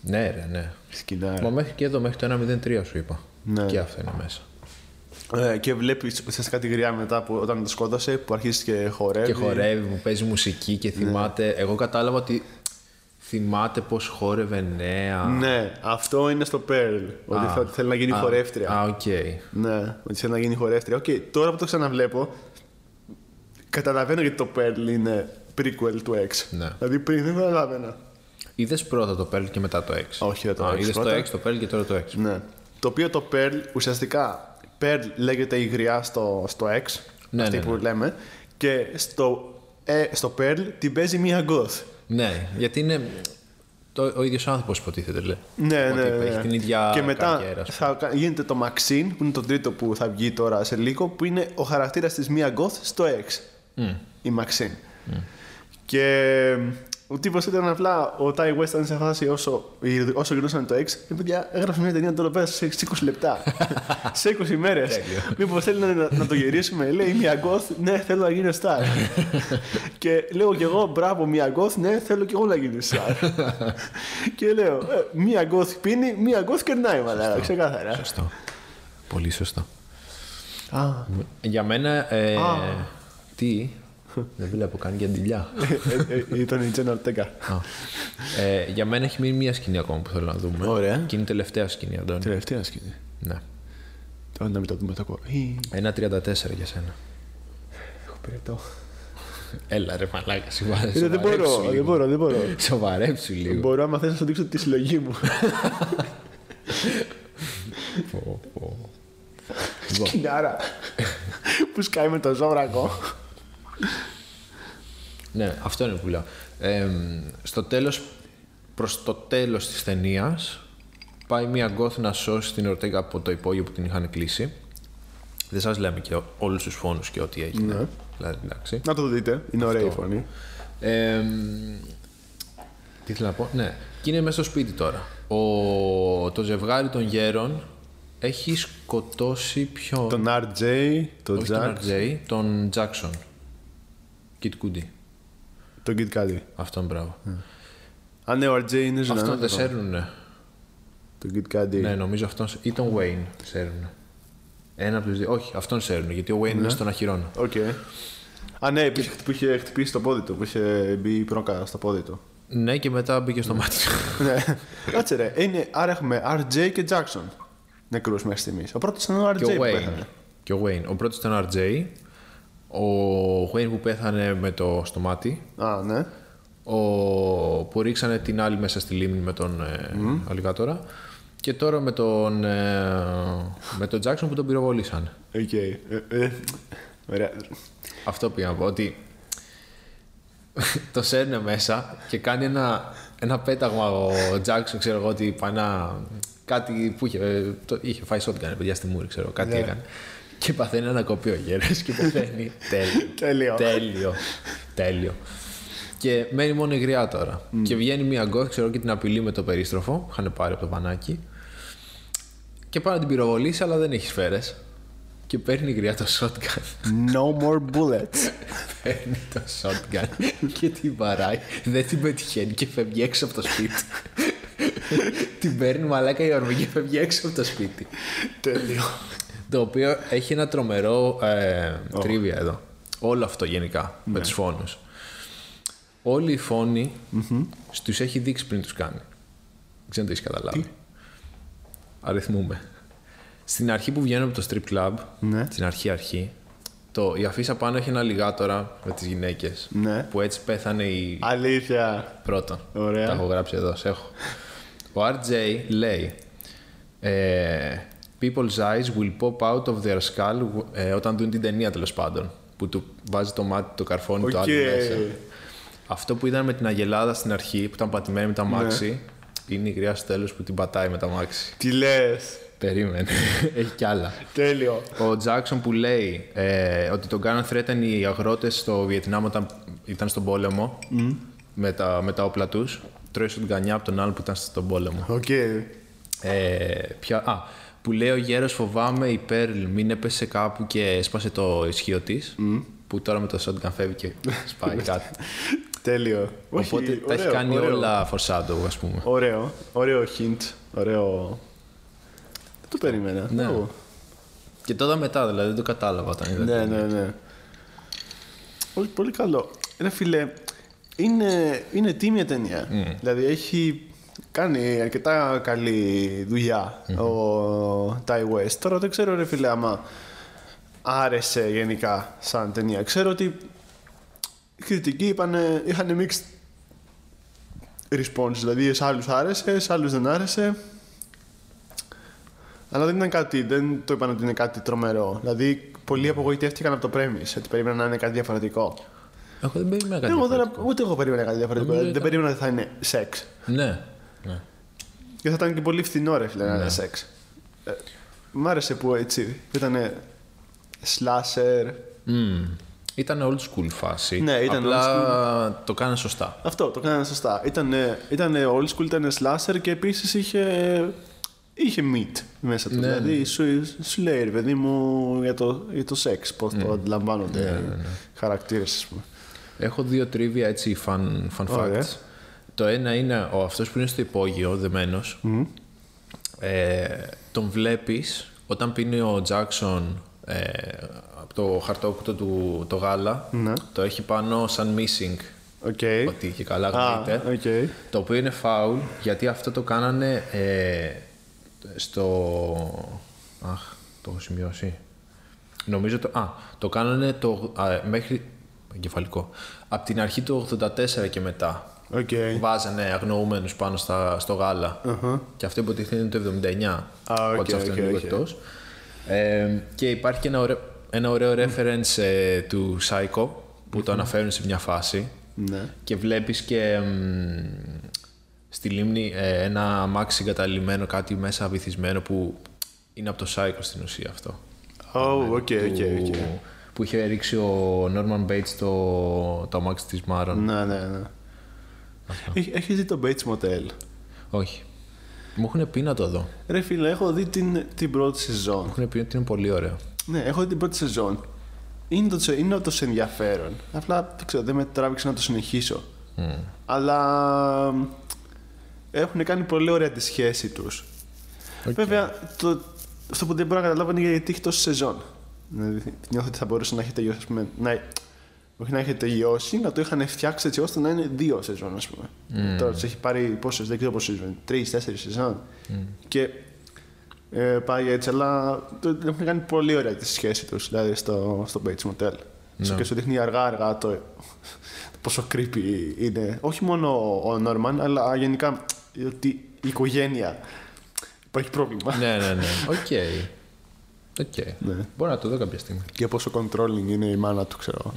Speaker 1: Ναι, ρε, ναι.
Speaker 2: Σκινάρα.
Speaker 1: Μα μέχρι και εδώ, μέχρι το 1.03 σου είπα.
Speaker 2: Ε. Ναι.
Speaker 1: Και αυτό είναι μέσα.
Speaker 2: Ε, και βλέπεις σε κατηγορία μετά που, όταν το σκότωσε που αρχίζεις και χορεύεις.
Speaker 1: Και χορεύει, που παίζει μουσική
Speaker 2: Ναι.
Speaker 1: και θυμάται. Εγώ κατάλαβα ότι θυμάται πώς χόρευε νέα.
Speaker 2: Ναι, αυτό είναι στο Pearl. Ότι θα, θέλει να γίνει χορεύτρια.
Speaker 1: Α, οκ.
Speaker 2: Ναι, ότι θέλει να γίνει χορεύτρια. Οκ, τώρα που το ξαναβλέπω, καταλαβαίνω γιατί το Pearl είναι prequel του X.
Speaker 1: Ναι.
Speaker 2: Δηλαδή πριν δεν καταλαβαίνα.
Speaker 1: Είδες πρώτα το Pearl και μετά το X.
Speaker 2: Όχι, δεν το X
Speaker 1: Είδες το
Speaker 2: πρώτα.
Speaker 1: X, το Pearl και τώρα το X.
Speaker 2: Ναι. Το οποίο το Pearl ουσιαστικά Pearl λέγεται η γριά στο, στο X,
Speaker 1: Ναι,
Speaker 2: αυτή
Speaker 1: ναι, ναι.
Speaker 2: που λέμε, και στο, ε, στο Pearl την παίζει μία Goth.
Speaker 1: Ναι, γιατί είναι το, ο ίδιος άνθρωπος υποτίθεται. Λέει.
Speaker 2: Ναι,
Speaker 1: Ότι
Speaker 2: ναι, ναι.
Speaker 1: Έχει την ίδια
Speaker 2: και μετά
Speaker 1: καριέρα, ας πούμε.
Speaker 2: θα κα- γίνεται το Maxine, που είναι το τρίτο που θα βγει τώρα σε λίγο, που είναι ο χαρακτήρας της Μία Goth στο X. Η Maxine. Και ο τύπος ήταν απλά ο Τάι West ήταν σε φάση όσο, όσο γινούσαν το X. Λέει, παιδιά, έγραψε μια ταινία τώρα πέρα σε 20 (laughs) λεπτά. σε 20 μέρε. Μήπως θέλει να, να, το γυρίσουμε. Λέει μια γκοθ, ναι, θέλω να γίνω (laughs) star. και λέω κι εγώ, μπράβο, μια γκοθ, ναι, θέλω κι εγώ να γίνω (laughs) star. και λέω, «Ε, μια γκοθ πίνει, μια γκοθ κερνάει, μαλάκα, ξεκάθαρα.
Speaker 1: Σωστό. Πολύ σωστό.
Speaker 2: Α,
Speaker 1: Για μένα. Ε, τι. Δεν βλέπω καν για ντυλιά.
Speaker 2: ε, ε, ήταν η Τζένα Ορτέγκα.
Speaker 1: Α. ε, για μένα έχει μείνει μία σκηνή ακόμα που θέλω να δούμε.
Speaker 2: Ωραία.
Speaker 1: Και είναι η τελευταία σκηνή, Αντώνη.
Speaker 2: Τελευταία σκηνή.
Speaker 1: Ναι.
Speaker 2: Τώρα να μην το δούμε το κόμμα.
Speaker 1: Ένα 34 για σένα.
Speaker 2: Έχω πυρετό.
Speaker 1: Έλα ρε μαλάκα, σοβαρέ.
Speaker 2: Ε, Δεν μπορώ, δεν μπορώ, δεν μπορώ.
Speaker 1: Σοβαρέψου λίγο.
Speaker 2: Μπορώ άμα θες να σου δείξω τη συλλογή μου.
Speaker 1: Πω, πω.
Speaker 2: Λοιπόν. (laughs) Σκινάρα. που σκάει με το ζώβρακο.
Speaker 1: Ναι, αυτό είναι που λέω. Ε, στο τέλος, προς το τέλος της ταινίας, πάει μια γκόθ να σώσει την Ορτέγκα από το υπόγειο που την είχαν κλείσει. Δεν σας λέμε και ό- όλους τους φόνους και ό,τι έγινε.
Speaker 2: Ναι.
Speaker 1: Δηλαδή, εντάξει.
Speaker 2: να το δείτε. Είναι ωραία η φωνή.
Speaker 1: Ε, τι θέλω να πω, ναι. Και είναι μέσα στο σπίτι τώρα. Ο, το ζευγάρι των γέρων έχει σκοτώσει ποιον.
Speaker 2: Τον RJ, τον
Speaker 1: όχι τον
Speaker 2: Jack,
Speaker 1: RJ, τον Jackson. Kid Cudi.
Speaker 2: τον Kid Cudi.
Speaker 1: Αυτόν μπράβο.
Speaker 2: Αν ναι, ο RJ είναι ζωντανό.
Speaker 1: Αυτόν δεν σέρουνε.
Speaker 2: Τον Kid Cudi.
Speaker 1: Ναι, νομίζω αυτόν σ- ή τον Wayne σέρουνε. Ένα από τους δύο. Όχι, αυτόν σέρουνε γιατί
Speaker 2: Ναι.
Speaker 1: ο Wayne είναι στον αχυρόνα.
Speaker 2: Οκ. Α, ναι, που είχε, που είχε χτυπήσει το πόδι του, που είχε μπει η πρόκα στο πόδι του.
Speaker 1: Ναι, και μετά μπήκε στο μάτι.
Speaker 2: (laughs)
Speaker 1: του.
Speaker 2: ναι. Κάτσε ρε, είναι, άρα έχουμε RJ και Jackson νεκρούς μέχρι στιγμής. Ο πρώτος ήταν ο RJ
Speaker 1: και ο
Speaker 2: που
Speaker 1: Wayne.
Speaker 2: πέθανε.
Speaker 1: Και ο Wayne. Ο πρώτος ήταν RJ. Ο Wayne που πέθανε με το στο μάτι.
Speaker 2: Α, ναι.
Speaker 1: ο, που ρίξανε την άλλη μέσα στη λίμνη με τον ε, αλιγάτορα. Και τώρα με τον, ε, με τον Jackson που τον πυροβολήσαν.
Speaker 2: Οκ. Ε, ε, Ωραία.
Speaker 1: Αυτό πήγα να πω, ότι το σέρνε μέσα και κάνει ένα, ένα πέταγμα ο Τζάξον, ξέρω εγώ, ότι πανά κάτι που είχε, ε, το, είχε φάει shotgun, παιδιά στη μούρη, ξέρω, κάτι
Speaker 2: Ναι.
Speaker 1: έκανε. Και παθαίνει ένα κοπείο γέρος και
Speaker 2: (laughs)
Speaker 1: πεθαίνει. τέλειο.
Speaker 2: Τέλειο.
Speaker 1: Τέλειο. Τέλειο. Και μένει μόνο η γριά τώρα. Και βγαίνει μια γκοθ, ξέρω και την απειλεί με το περίστροφο. Είχαν πάρει από το πανάκι. Και πάει να την πυροβολήσει, αλλά δεν έχει σφαίρες. Και παίρνει η γριά το shotgun.
Speaker 2: No more bullets.
Speaker 1: Παίρνει το shotgun και την βαράει. Δεν την πετυχαίνει και φεύγει έξω από το σπίτι. την παίρνει μαλάκα η ορμή και φεύγει έξω από το σπίτι.
Speaker 2: (laughs) Τέλειο.
Speaker 1: Το οποίο έχει ένα τρομερό ε, τρίβια εδώ. Όλο αυτό γενικά με τους φόνους. Όλοι οι φόνοι στους έχει δείξει πριν τους κάνει. Δεν το έχεις καταλάβει. Αριθμούμε. Στην αρχή που βγαίνω από το strip club,
Speaker 2: Ναι.
Speaker 1: στην αρχή αρχή, το, η αφίσα πάνω έχει ένα λιγάτορα με τις γυναίκες.
Speaker 2: Ναι.
Speaker 1: Που έτσι πέθανε η
Speaker 2: Αλήθεια.
Speaker 1: πρώτα.
Speaker 2: Ωραία.
Speaker 1: Τα έχω γράψει εδώ, σε έχω. Ο RJ λέει ε, People's eyes will pop out of their skull ε, όταν δουν την ταινία τέλος πάντων. Που του βάζει το μάτι, το καρφώνει το άλλο
Speaker 2: Οκ.
Speaker 1: μέσα. Αυτό που ήταν με την Αγελάδα στην αρχή που ήταν πατημένη με
Speaker 2: Ναι.
Speaker 1: τα μάξι είναι η γριά στο τέλος που την πατάει με τα μάξι.
Speaker 2: Τι λες.
Speaker 1: Περίμενε. (laughs) Έχει κι άλλα.
Speaker 2: Τέλειο.
Speaker 1: Ο Τζάξον που λέει ε, ότι τον κάναν threat ήταν οι αγρότες στο Βιετνάμ όταν ήταν στον πόλεμο με, τα, με τα όπλα τους. Τρώει στον κανιά από τον άλλο που ήταν στον πόλεμο.
Speaker 2: Οκ.
Speaker 1: Ε, ποια, α, που λέει ο γέρος φοβάμαι η Πέρλ μην έπεσε κάπου και έσπασε το ισχύο της. Που τώρα με το shotgun φεύγει και
Speaker 2: (laughs)
Speaker 1: σπάει κάτι.
Speaker 2: Τέλειο. Όχι,
Speaker 1: Οπότε τα έχει
Speaker 2: ωραίο,
Speaker 1: κάνει
Speaker 2: ωραίο.
Speaker 1: όλα foreshadow, ας πούμε.
Speaker 2: Ωραίο. Ωραίο hint. Ωραίο. Δεν το περίμενα.
Speaker 1: Ναι.
Speaker 2: Εγώ.
Speaker 1: Και τότε μετά, δηλαδή δεν το κατάλαβα όταν είδα.
Speaker 2: Ναι, ναι, ναι. Όχι, πολύ καλό. Ρε φίλε, είναι, είναι τίμια ταινία. Δηλαδή έχει κάνει αρκετά καλή δουλειά ο Ty West. Τώρα δεν ξέρω ρε φίλε άμα άρεσε γενικά σαν ταινία. Ξέρω ότι οι κριτικοί είπανε, είχαν mixed response. Δηλαδή σε άλλους άρεσε, σε άλλους δεν άρεσε. Αλλά δεν ήταν κάτι, δεν το είπαν ότι είναι κάτι τρομερό. Δηλαδή, πολλοί απογοητεύτηκαν από το premise, ότι περίμεναν να είναι κάτι διαφορετικό.
Speaker 1: Εγώ δεν περίμενα κάτι.
Speaker 2: Εγώ δεν, ούτε εγώ περίμενα κάτι διαφορετικό.
Speaker 1: Ναι,
Speaker 2: Δηλαδή, δεν
Speaker 1: ήταν-
Speaker 2: περίμενα ότι θα είναι σεξ.
Speaker 1: Ναι. ναι.
Speaker 2: Και θα ήταν και πολύ φθηνό, ρε φίλε, να είναι σεξ. Ε, μ' άρεσε που έτσι ήταν slasher.
Speaker 1: Mm. Ήταν old school φάση.
Speaker 2: Ναι, ήταν
Speaker 1: Απλά το κάνανε σωστά.
Speaker 2: Αυτό το κάνανε σωστά. Ήταν, old school, ήταν slasher και επίσης είχε, είχε meat μέσα του. δηλαδή, σου, σου λέει ρε παιδί μου για το, για το σεξ, πώς το αντιλαμβάνονται οι χαρακτήρες, ας πούμε.
Speaker 1: Έχω δύο τρίβια έτσι fun, fun facts.
Speaker 2: Ωραία.
Speaker 1: Το ένα είναι ο αυτός που είναι στο υπόγειο, δεμένος. Ε, τον βλέπεις όταν πίνει ο Τζάξον ε, από το χαρτόκουτο του το γάλα.
Speaker 2: Ναι.
Speaker 1: Το έχει πάνω σαν missing.
Speaker 2: Οκ.
Speaker 1: Ότι και καλά
Speaker 2: Α,
Speaker 1: γνωρίζετε.
Speaker 2: οκ.
Speaker 1: Το οποίο είναι foul γιατί αυτό το κάνανε ε, στο. Αχ, το έχω σημειώσει. Νομίζω το. Α, το κάνανε το, α, μέχρι. Εγκεφαλικό. Από την αρχή του 84 και μετά.
Speaker 2: Οκ.
Speaker 1: Βάζανε αγνοούμενους πάνω στα, στο γαλα Και αυτό υποτίθεται είναι το 79.
Speaker 2: Α, οκ,
Speaker 1: Ότι αυτό
Speaker 2: οκ,
Speaker 1: είναι λίγο
Speaker 2: οκ.
Speaker 1: εκτός. Ε, και υπάρχει και ένα ωραίο, ένα ωραίο reference ε, του Psycho που το αναφέρουν σε μια φάση
Speaker 2: Ναι.
Speaker 1: και βλέπεις και μ, στη λίμνη ε, ένα αμάξι εγκαταλειμμένο, κάτι μέσα βυθισμένο που είναι από το Psycho στην ουσία αυτό.
Speaker 2: Oh, οκ, οκ,
Speaker 1: Που,
Speaker 2: οκ.
Speaker 1: που είχε ρίξει ο Norman Bates το, το αμάξι της Μάρον.
Speaker 2: Ναι, ναι, ναι. Έχ- Έχεις δει το Bates Motel.
Speaker 1: Όχι. Μου έχουν πει να το δω. Μου
Speaker 2: Ρε φίλε, έχω δει την, την πρώτη σεζόν.
Speaker 1: έχουν πει ότι είναι πολύ ωραίο.
Speaker 2: Ναι, έχω δει την πρώτη σεζόν. Είναι το, είναι το σε ενδιαφέρον. Απλά δεν ξέρω, δεν με τράβηξε να το συνεχίσω. Αλλά μ, έχουν κάνει πολύ ωραία τη σχέση τους. Βέβαια, το, αυτό που δεν μπορώ να καταλάβω είναι γιατί έχει τόση σεζόν. Δηλαδή, νιώθω ότι θα μπορούσε να έχει τελειώσει. ας πούμε, να, όχι να έχει τελειώσει, να το είχαν φτιάξει έτσι ώστε να είναι δύο σεζόν, ας πούμε. Τώρα τους έχει πάρει πόσες, δεν ξέρω πόσες σεζόν, τρει-τέσσερι σεζόν. Και ε, πάει έτσι, αλλά το, το έχουν κάνει πολύ ωραία τη σχέση τους δηλαδή, στο, στο Bates Motel. Σου- Και σου δείχνει αργά-αργά το, το πόσο creepy είναι. Όχι μόνο ο Νόρμαν, αλλά γενικά ότι η οικογένεια Υπάρχει πρόβλημα.
Speaker 1: ναι, ναι, ναι. Οκ. Οκ.
Speaker 2: Ναι.
Speaker 1: Μπορώ να το δω κάποια στιγμή.
Speaker 2: Για πόσο controlling είναι η μάνα του, ξέρω.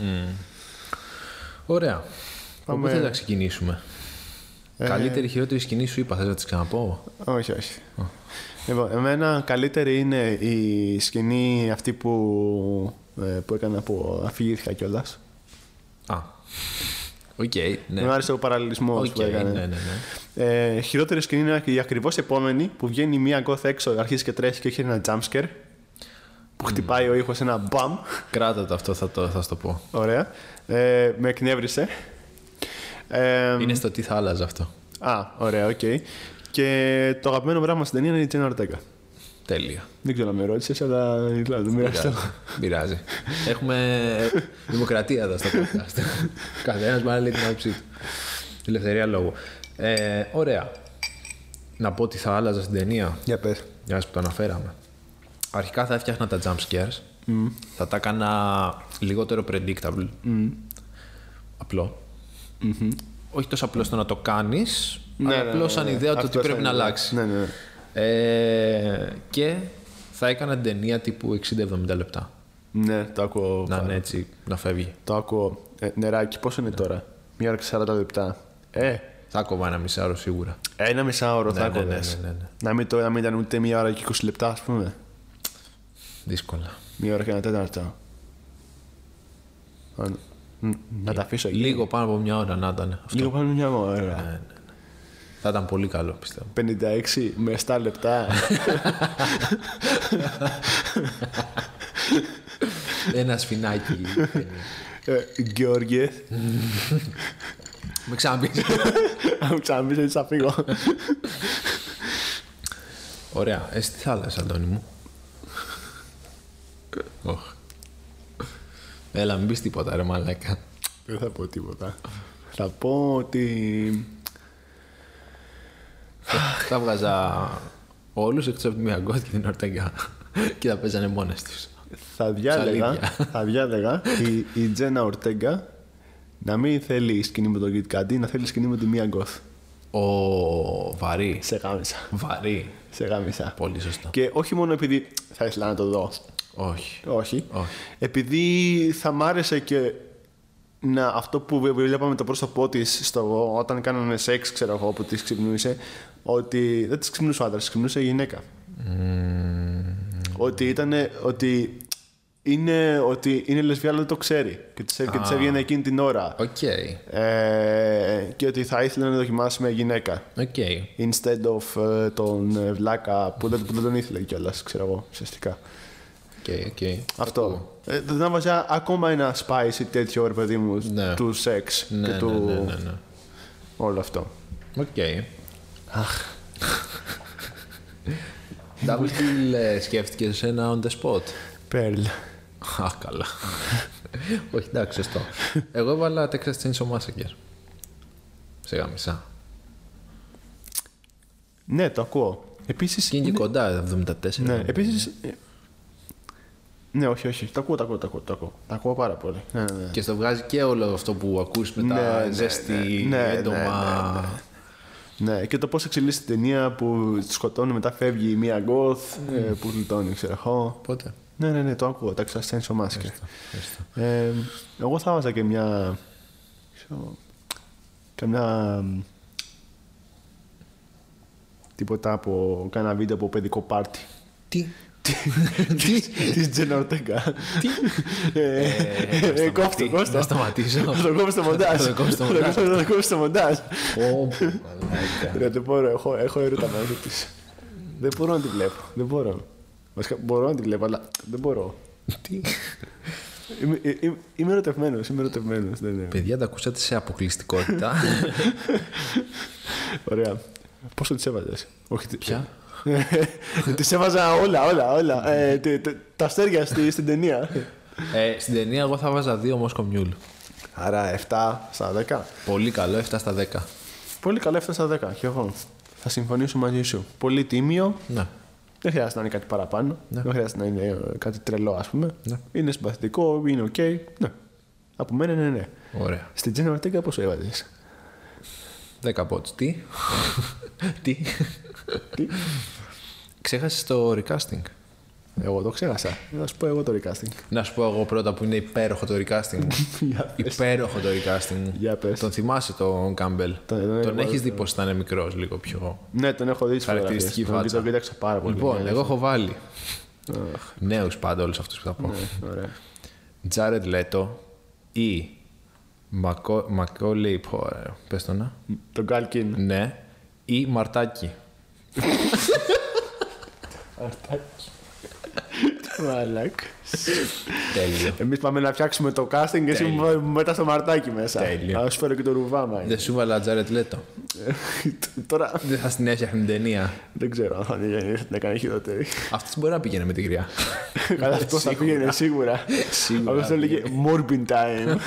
Speaker 1: Ωραία. Πάμε...
Speaker 2: Πάμε- Ε.
Speaker 1: Πού θα τα ξεκινήσουμε. Καλύτερη χειρότερη σκηνή σου είπα, θες να τις ξαναπώ.
Speaker 2: Όχι, όχι. Λοιπόν, εμένα καλύτερη είναι η σκηνή αυτή που, ε, που έκανα που αφηγήθηκα κιόλας.
Speaker 1: Α. Οκ, ναι.
Speaker 2: Μου άρεσε ο παραλληλισμός
Speaker 1: Οκ,
Speaker 2: που έκανε.
Speaker 1: ναι, ναι, ναι.
Speaker 2: Ε, χειρότερη σκηνή είναι η ακριβώς επόμενη που βγαίνει μία γκοθ έξω, αρχίζει και τρέχει και έχει ένα jumpscare που χτυπάει ο ήχος ένα μπαμ.
Speaker 1: Κράτα το αυτό, θα, το, θα σου το πω.
Speaker 2: Ωραία. Ε, με εκνεύρισε. Ε,
Speaker 1: Είναι στο τι θα άλλαζε αυτό.
Speaker 2: Α, ωραία, οκ. Και το αγαπημένο πράγμα στην ταινία είναι η Τζένα Ορτέγκα.
Speaker 1: Τέλεια.
Speaker 2: Δεν ξέρω αν με ρώτησες, αλλά δηλαδή, το μοιραστώ.
Speaker 1: Πειράζει. Έχουμε ε, δημοκρατία εδώ στο podcast. Καθένας μπορεί να λέει την άποψή του. Ελευθερία λόγου. Ε, ωραία. Να πω τι θα άλλαζα στην ταινία.
Speaker 2: Για πες.
Speaker 1: Μια που το αναφέραμε. Αρχικά θα έφτιαχνα τα jump scares. Θα τα έκανα λιγότερο predictable. απλο Όχι τόσο απλό στο να το κάνεις,
Speaker 2: Ναι,
Speaker 1: αλλά
Speaker 2: ναι,
Speaker 1: απλώ
Speaker 2: ναι,
Speaker 1: σαν
Speaker 2: ναι.
Speaker 1: ιδέα του
Speaker 2: Αυτό
Speaker 1: ότι πρέπει
Speaker 2: σαν
Speaker 1: να
Speaker 2: ιδέα.
Speaker 1: αλλάξει.
Speaker 2: Ναι, ναι, ναι.
Speaker 1: Ε, και θα έκανα ταινία τύπου 60-70 λεπτά.
Speaker 2: Ναι, το ακούω.
Speaker 1: Να είναι έτσι, να φεύγει.
Speaker 2: Το ακούω. Ε, νεράκι, πόσο είναι τώρα. Μία ώρα και 40 λεπτά. Ε,
Speaker 1: Θα κόβα ένα μισάωρο σίγουρα.
Speaker 2: ένα μισάωρο
Speaker 1: ναι,
Speaker 2: θα
Speaker 1: ναι,
Speaker 2: ακούγες.
Speaker 1: ναι, ναι, ναι.
Speaker 2: Να, μην το- να μην ήταν ούτε μία ώρα και 20 λεπτά, ας πούμε.
Speaker 1: Δύσκολα.
Speaker 2: Μία ώρα και ένα τέταρτο. Α, ν- Να τα αφήσω εκεί.
Speaker 1: Λίγο πάνω από μια ώρα να ήταν. αυτό.
Speaker 2: Λίγο πάνω μια ώρα.
Speaker 1: Θα ήταν πολύ καλό
Speaker 2: (laughs)
Speaker 1: πιστεύω.
Speaker 2: 56 με 7
Speaker 1: (laughs)
Speaker 2: λεπτά.
Speaker 1: ένα
Speaker 2: (laughs)
Speaker 1: σφινάκι.
Speaker 2: Ε, Γεώργιε.
Speaker 1: Ναι. Με ξαναπείς.
Speaker 2: Αν μου ξαναπείς έτσι θα φύγω.
Speaker 1: Ωραία. Εσύ τι θα άλλαζες, Αντώνη μου. Οχ. Έλα, μην πεις τίποτα, ρε μαλάκα.
Speaker 2: Δεν θα πω τίποτα. Θα πω ότι.
Speaker 1: θα βγάζα όλους εκτός από τη Μιαγκότ και την Ορτέγκα. και θα παίζανε μόνες τους.
Speaker 2: Θα διάλεγα,
Speaker 1: Ψαλίδια.
Speaker 2: θα διάλεγα η, η Τζένα Ορτέγκα να μην θέλει σκηνή με τον Κιτ Κάντι, να θέλει σκηνή με τη Μία Γκοθ.
Speaker 1: Ο βαρύ.
Speaker 2: Σε γάμισα.
Speaker 1: Βαρύ.
Speaker 2: Σε γάμισα.
Speaker 1: Πολύ σωστά.
Speaker 2: Και όχι μόνο επειδή θα ήθελα να το δω.
Speaker 1: Όχι.
Speaker 2: Όχι.
Speaker 1: Όχι.
Speaker 2: Επειδή θα μ' άρεσε και να, αυτό που βλέπαμε το πρόσωπό της όταν κάνανε σεξ, ξέρω εγώ, που της ξυπνούσε, ότι δεν της ξυπνούσε ο άντρας, της ξυπνούσε η γυναίκα. Ότι ήταν. Ότι είναι, ότι είναι λεσβιά, αλλά δεν το ξέρει. Και της έβγαινε εκείνη την ώρα.
Speaker 1: Οκ.
Speaker 2: Ε, και ότι θα ήθελε να δοκιμάσει με γυναίκα.
Speaker 1: Οκ.
Speaker 2: Instead of ε, τον ε, βλάκα που δεν, που δεν τον ήθελε κιόλας, ξέρω εγώ, ουσιαστικά.
Speaker 1: Οκ. Οκ.
Speaker 2: Αυτό. Ε, να βάζα ακόμα ένα spicy τέτοιο ρε παιδί μου
Speaker 1: Ναι.
Speaker 2: του σεξ και
Speaker 1: Ναι,
Speaker 2: του.
Speaker 1: ναι, ναι, ναι, ναι.
Speaker 2: όλο αυτό.
Speaker 1: Οκ. Double kill ε, σκέφτηκες ένα on the spot.
Speaker 2: Πέρλ.
Speaker 1: Α, καλά. Όχι, εντάξει, σωστό. Εγώ έβαλα Texas Chainsaw Massacre. Σε γάμισα.
Speaker 2: Ναι, το ακούω. Επίσης.
Speaker 1: Και είναι και κοντά, 74.
Speaker 2: Ναι, επίσης. Ναι, όχι, όχι. Το ακούω, το ακούω, το ακούω. Το ακούω, το ακούω πάρα πολύ. Ναι, ναι, ναι.
Speaker 1: Και στο βγάζει και όλο αυτό που ακούς με
Speaker 2: Ναι,
Speaker 1: τα
Speaker 2: ναι,
Speaker 1: ζέστη,
Speaker 2: ναι, ναι, ναι,
Speaker 1: έντομα.
Speaker 2: ναι, Ναι, και το πώς εξελίσσεται την ταινία που τη σκοτώνει, μετά φεύγει η μία γκοθ
Speaker 1: Ναι.
Speaker 2: ε, που γλιτώνει, ξέρω εγώ.
Speaker 1: Οπότε.
Speaker 2: Ναι, ναι, ναι, το ακούω. Τα εξασθένει ο Μάσκερ. Ε, εγώ θα βάζα και μια. ξέρω, Καμιά. μ, Τίποτα από κάνα βίντεο από παιδικό (laughs) πάρτι.
Speaker 1: Τι.
Speaker 2: Τη Τζένα Ορτέγκα. Τι. Ε, Κόφτο, κόφτο.
Speaker 1: Να
Speaker 2: (laughs)
Speaker 1: σταματήσω.
Speaker 2: Θα το κόψω το μοντάζ.
Speaker 1: Θα το κόψω το
Speaker 2: Θα
Speaker 1: μοντάζ.
Speaker 2: Θα το κόψω το μοντάζ.
Speaker 1: Ω, μαλάκα.
Speaker 2: Να το πω, ρε, έχω- έχω έρωτα μαζί της. Δεν μπορώ να τη βλέπω. Δεν μπορώ. Βασικά μπορώ να τη βλέπω, αλλά δεν μπορώ.
Speaker 1: Τι.
Speaker 2: Είμαι- ε, ε, Είμαι ερωτευμένος. Είμαι ναι, ερωτευμένο.
Speaker 1: Παιδιά, τα ακούσατε σε αποκλειστικότητα.
Speaker 2: Ωραία. Πόσο τη έβαζες. Όχι, τι- (laughs)
Speaker 1: Ποια?
Speaker 2: Τη έβαζα όλα, όλα, όλα. Ε, τε- τε- Τα αστέρια στη- στην ταινία.
Speaker 1: Ε, στην ταινία εγώ θα βάζα δύο Moscow Mule.
Speaker 2: Άρα 7 στα 10.
Speaker 1: Πολύ καλό, 7 στα 10.
Speaker 2: Πολύ καλό 7 στα 10. Και εγώ. Θα συμφωνήσω μαζί σου. Πολύ τίμιο.
Speaker 1: Ναι.
Speaker 2: Δεν χρειάζεται να είναι κάτι παραπάνω. Δεν χρειάζεται να είναι ε, κάτι τρελό, ας πούμε.
Speaker 1: Ναι.
Speaker 2: Είναι συμπαθητικό, είναι οκ. Ναι. Από μένα, ναι, ναι.
Speaker 1: Ωραία.
Speaker 2: Στην Τζένα Ορτέγκα πόσο έβαζες.
Speaker 1: (laughs) 10 πόντς. Τι. Τι. Ξέχασες το recasting.
Speaker 2: Εγώ το ξέχασα. Να σου πω εγώ το recasting.
Speaker 1: Να σου πω εγώ πρώτα που είναι υπέροχο το recasting. μου.
Speaker 2: (laughs) Για πες.
Speaker 1: υπέροχο το recasting.
Speaker 2: Για πες.
Speaker 1: Τον θυμάσαι τον Κάμπελ.
Speaker 2: Τον- τον
Speaker 1: Τον
Speaker 2: έχω-
Speaker 1: έχεις δει πως ήταν μικρός, λίγο πιο.
Speaker 2: Ναι, τον έχω δει στις
Speaker 1: Χαρακτηριστική
Speaker 2: φωτογραφίες. Τον-
Speaker 1: φάτσα.
Speaker 2: Τον κοίταξα πάρα πολύ.
Speaker 1: Λοιπόν,
Speaker 2: Ναι,
Speaker 1: εγώ έχω βάλει. Νέους πάντα όλους αυτούς που θα πω.
Speaker 2: ναι, Ωραία.
Speaker 1: Τζάρετ Λέτο ή Μακόλεϊ Πόρε. Πε το να.
Speaker 2: Τον Γκάλκιν.
Speaker 1: Ναι. Ή Μαρτάκι.
Speaker 2: Αρτάκι. Μαλάκ.
Speaker 1: Τέλειο.
Speaker 2: Εμείς πάμε να φτιάξουμε το casting και εσύ
Speaker 1: Τέλειο.
Speaker 2: με- μετά στο μαρτάκι μέσα.
Speaker 1: Τέλειο.
Speaker 2: Α σου φέρω και το ρουβάμα.
Speaker 1: Δεν σου βάλα Τζάρετ Λέτο.
Speaker 2: Τώρα
Speaker 1: Δεν θα στην έφτιαχνε ταινία.
Speaker 2: δεν ξέρω αν θα την- θα την έκανε χειρότερη.
Speaker 1: Αυτή μπορεί να πήγαινε με την κρυά.
Speaker 2: Καλά, αυτός θα πήγαινε σίγουρα.
Speaker 1: Σίγουρα
Speaker 2: Αυτός έλεγε Morbin Time.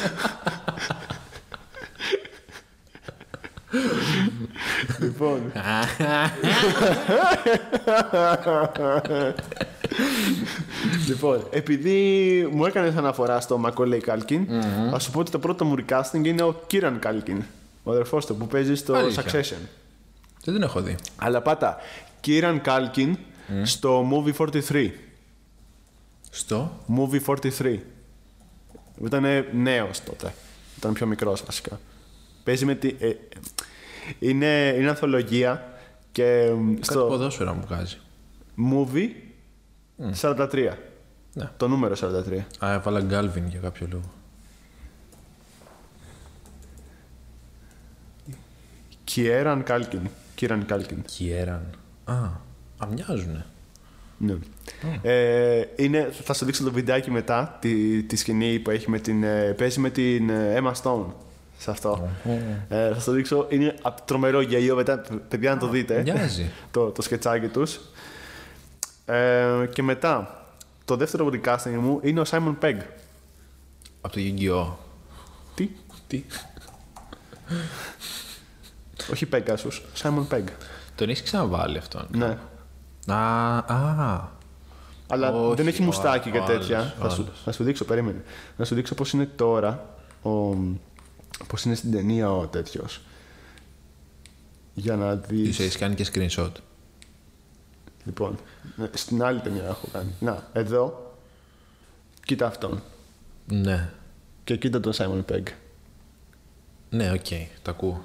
Speaker 2: Λοιπόν. Λοιπόν, επειδή μου έκανες αναφορά στο Μακόλεϊ Κάλκιν, θα σου πω ότι το πρώτο μου recasting είναι ο Κίραν Κάλκιν, ο αδερφός του που παίζει στο
Speaker 1: Αλήθεια.
Speaker 2: Succession.
Speaker 1: Δεν την έχω δει.
Speaker 2: Αλλά πάτα, Κίραν Κάλκιν στο Movie 43.
Speaker 1: Στο.
Speaker 2: Movie 43. Ήταν νέος τότε. Ήταν πιο μικρός βασικά. Παίζει με τη. ε, είναι, είναι ανθολογία και ε,
Speaker 1: Κάτι
Speaker 2: στο
Speaker 1: ποδόσφαιρα μου βγάζει.
Speaker 2: movie 43.
Speaker 1: Ναι.
Speaker 2: Το νούμερο 43.
Speaker 1: Α, έβαλα Γκάλβιν για κάποιο λόγο.
Speaker 2: Κιέραν Κάλκιν. Κίραν Κάλκιν.
Speaker 1: Κιέραν. Α, αμοιάζουνε.
Speaker 2: Ναι. Ε, είναι, θα σου δείξω το βιντεάκι μετά τη, τη σκηνή που έχει με την, ε, παίζει με την ε, Emma Stone σε αυτό. Ε, θα σου δείξω, είναι απ- τρομερό γελίο μετά, παιδιά να το δείτε.
Speaker 1: μοιάζει.
Speaker 2: (laughs) το, το σκετσάκι τους. Ε, και μετά, το δεύτερο recasting μου είναι ο Simon Pegg.
Speaker 1: Από το Yu-Gi-Oh!
Speaker 2: Τι,
Speaker 1: Τι.
Speaker 2: όχι Pegasus, Simon Pegg.
Speaker 1: Τον έχεις ξαναβάλει αυτόν.
Speaker 2: Ναι.
Speaker 1: Α, α.
Speaker 2: Αλλά
Speaker 1: Όχι,
Speaker 2: δεν έχει
Speaker 1: ο
Speaker 2: μουστάκι
Speaker 1: άλλος,
Speaker 2: και
Speaker 1: ο
Speaker 2: τέτοια.
Speaker 1: άλλος, ο
Speaker 2: θα, σου,
Speaker 1: άλλος.
Speaker 2: θα σου δείξω, περίμενε. Να σου δείξω πώς είναι τώρα, ο, πώς είναι στην ταινία ο τέτοιος. Για να δεις...
Speaker 1: Του έχεις κάνει και screenshot.
Speaker 2: Λοιπόν, ε, στην άλλη ταινία έχω κάνει. Να, εδώ, κοίτα αυτόν.
Speaker 1: Ναι.
Speaker 2: Και κοίτα τον Simon Pegg.
Speaker 1: Ναι, οκ. Τα ακούω.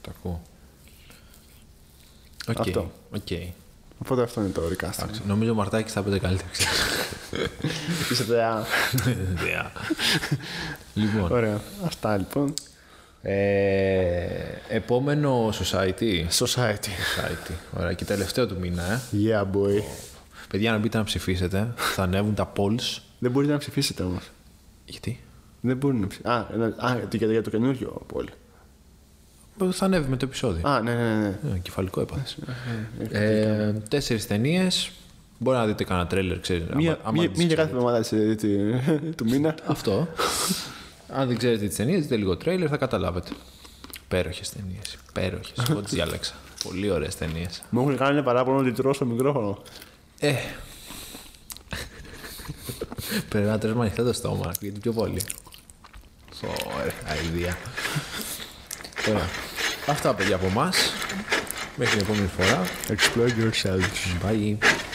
Speaker 1: Τα ακούω. Οκ.
Speaker 2: Αυτό.
Speaker 1: Οκ.
Speaker 2: Οπότε αυτό είναι το recasting.
Speaker 1: Εντάξει, Νομίζω ο Μαρτάκης θα πέτει καλύτερα.
Speaker 2: Είσαι θεά.
Speaker 1: Ιδέα. λοιπόν.
Speaker 2: Ωραία. Αυτά λοιπόν.
Speaker 1: Ε, επόμενο society.
Speaker 2: Society.
Speaker 1: Society. Ωραία, και τελευταίο του μήνα, ε.
Speaker 2: Yeah, boy.
Speaker 1: Παιδιά, να μπείτε να ψηφίσετε. Θα ανέβουν τα polls.
Speaker 2: Δεν μπορείτε να ψηφίσετε όμως.
Speaker 1: Γιατί?
Speaker 2: Δεν μπορεί να ψηφίσετε. Α, ένα- α, για, για το καινούριο πόλη.
Speaker 1: Ε, Θα ανέβει με το επεισόδιο.
Speaker 2: Α, ναι, ναι, ναι.
Speaker 1: Ε, κεφαλικό έπαθες. Ε, Τέσσερις ταινίες. Μπορεί να δείτε κανένα τρέλερ, ξέρεις.
Speaker 2: Μία, μία, μία για κάθε εβδομάδα της- τη- του μήνα.
Speaker 1: Αυτό. Αν δεν ξέρετε τις ταινίες, δείτε λίγο τρέλερ, θα καταλάβετε. Υπέροχε ταινίε. Υπέροχε. Εγώ τις διάλεξα. Πολύ ωραίες ταινίες.
Speaker 2: Μου έχουν κάνει ένα παράπονο ότι τρώω στο μικρόφωνο.
Speaker 1: Ε. Πρέπει να τρέσουμε ανοιχτά το στόμα, γιατί πιο πολύ. Ωραία, αηδία. Ωραία. Αυτά παιδιά από εμάς. Μέχρι την επόμενη φορά.
Speaker 2: Explore yourself.
Speaker 1: Bye.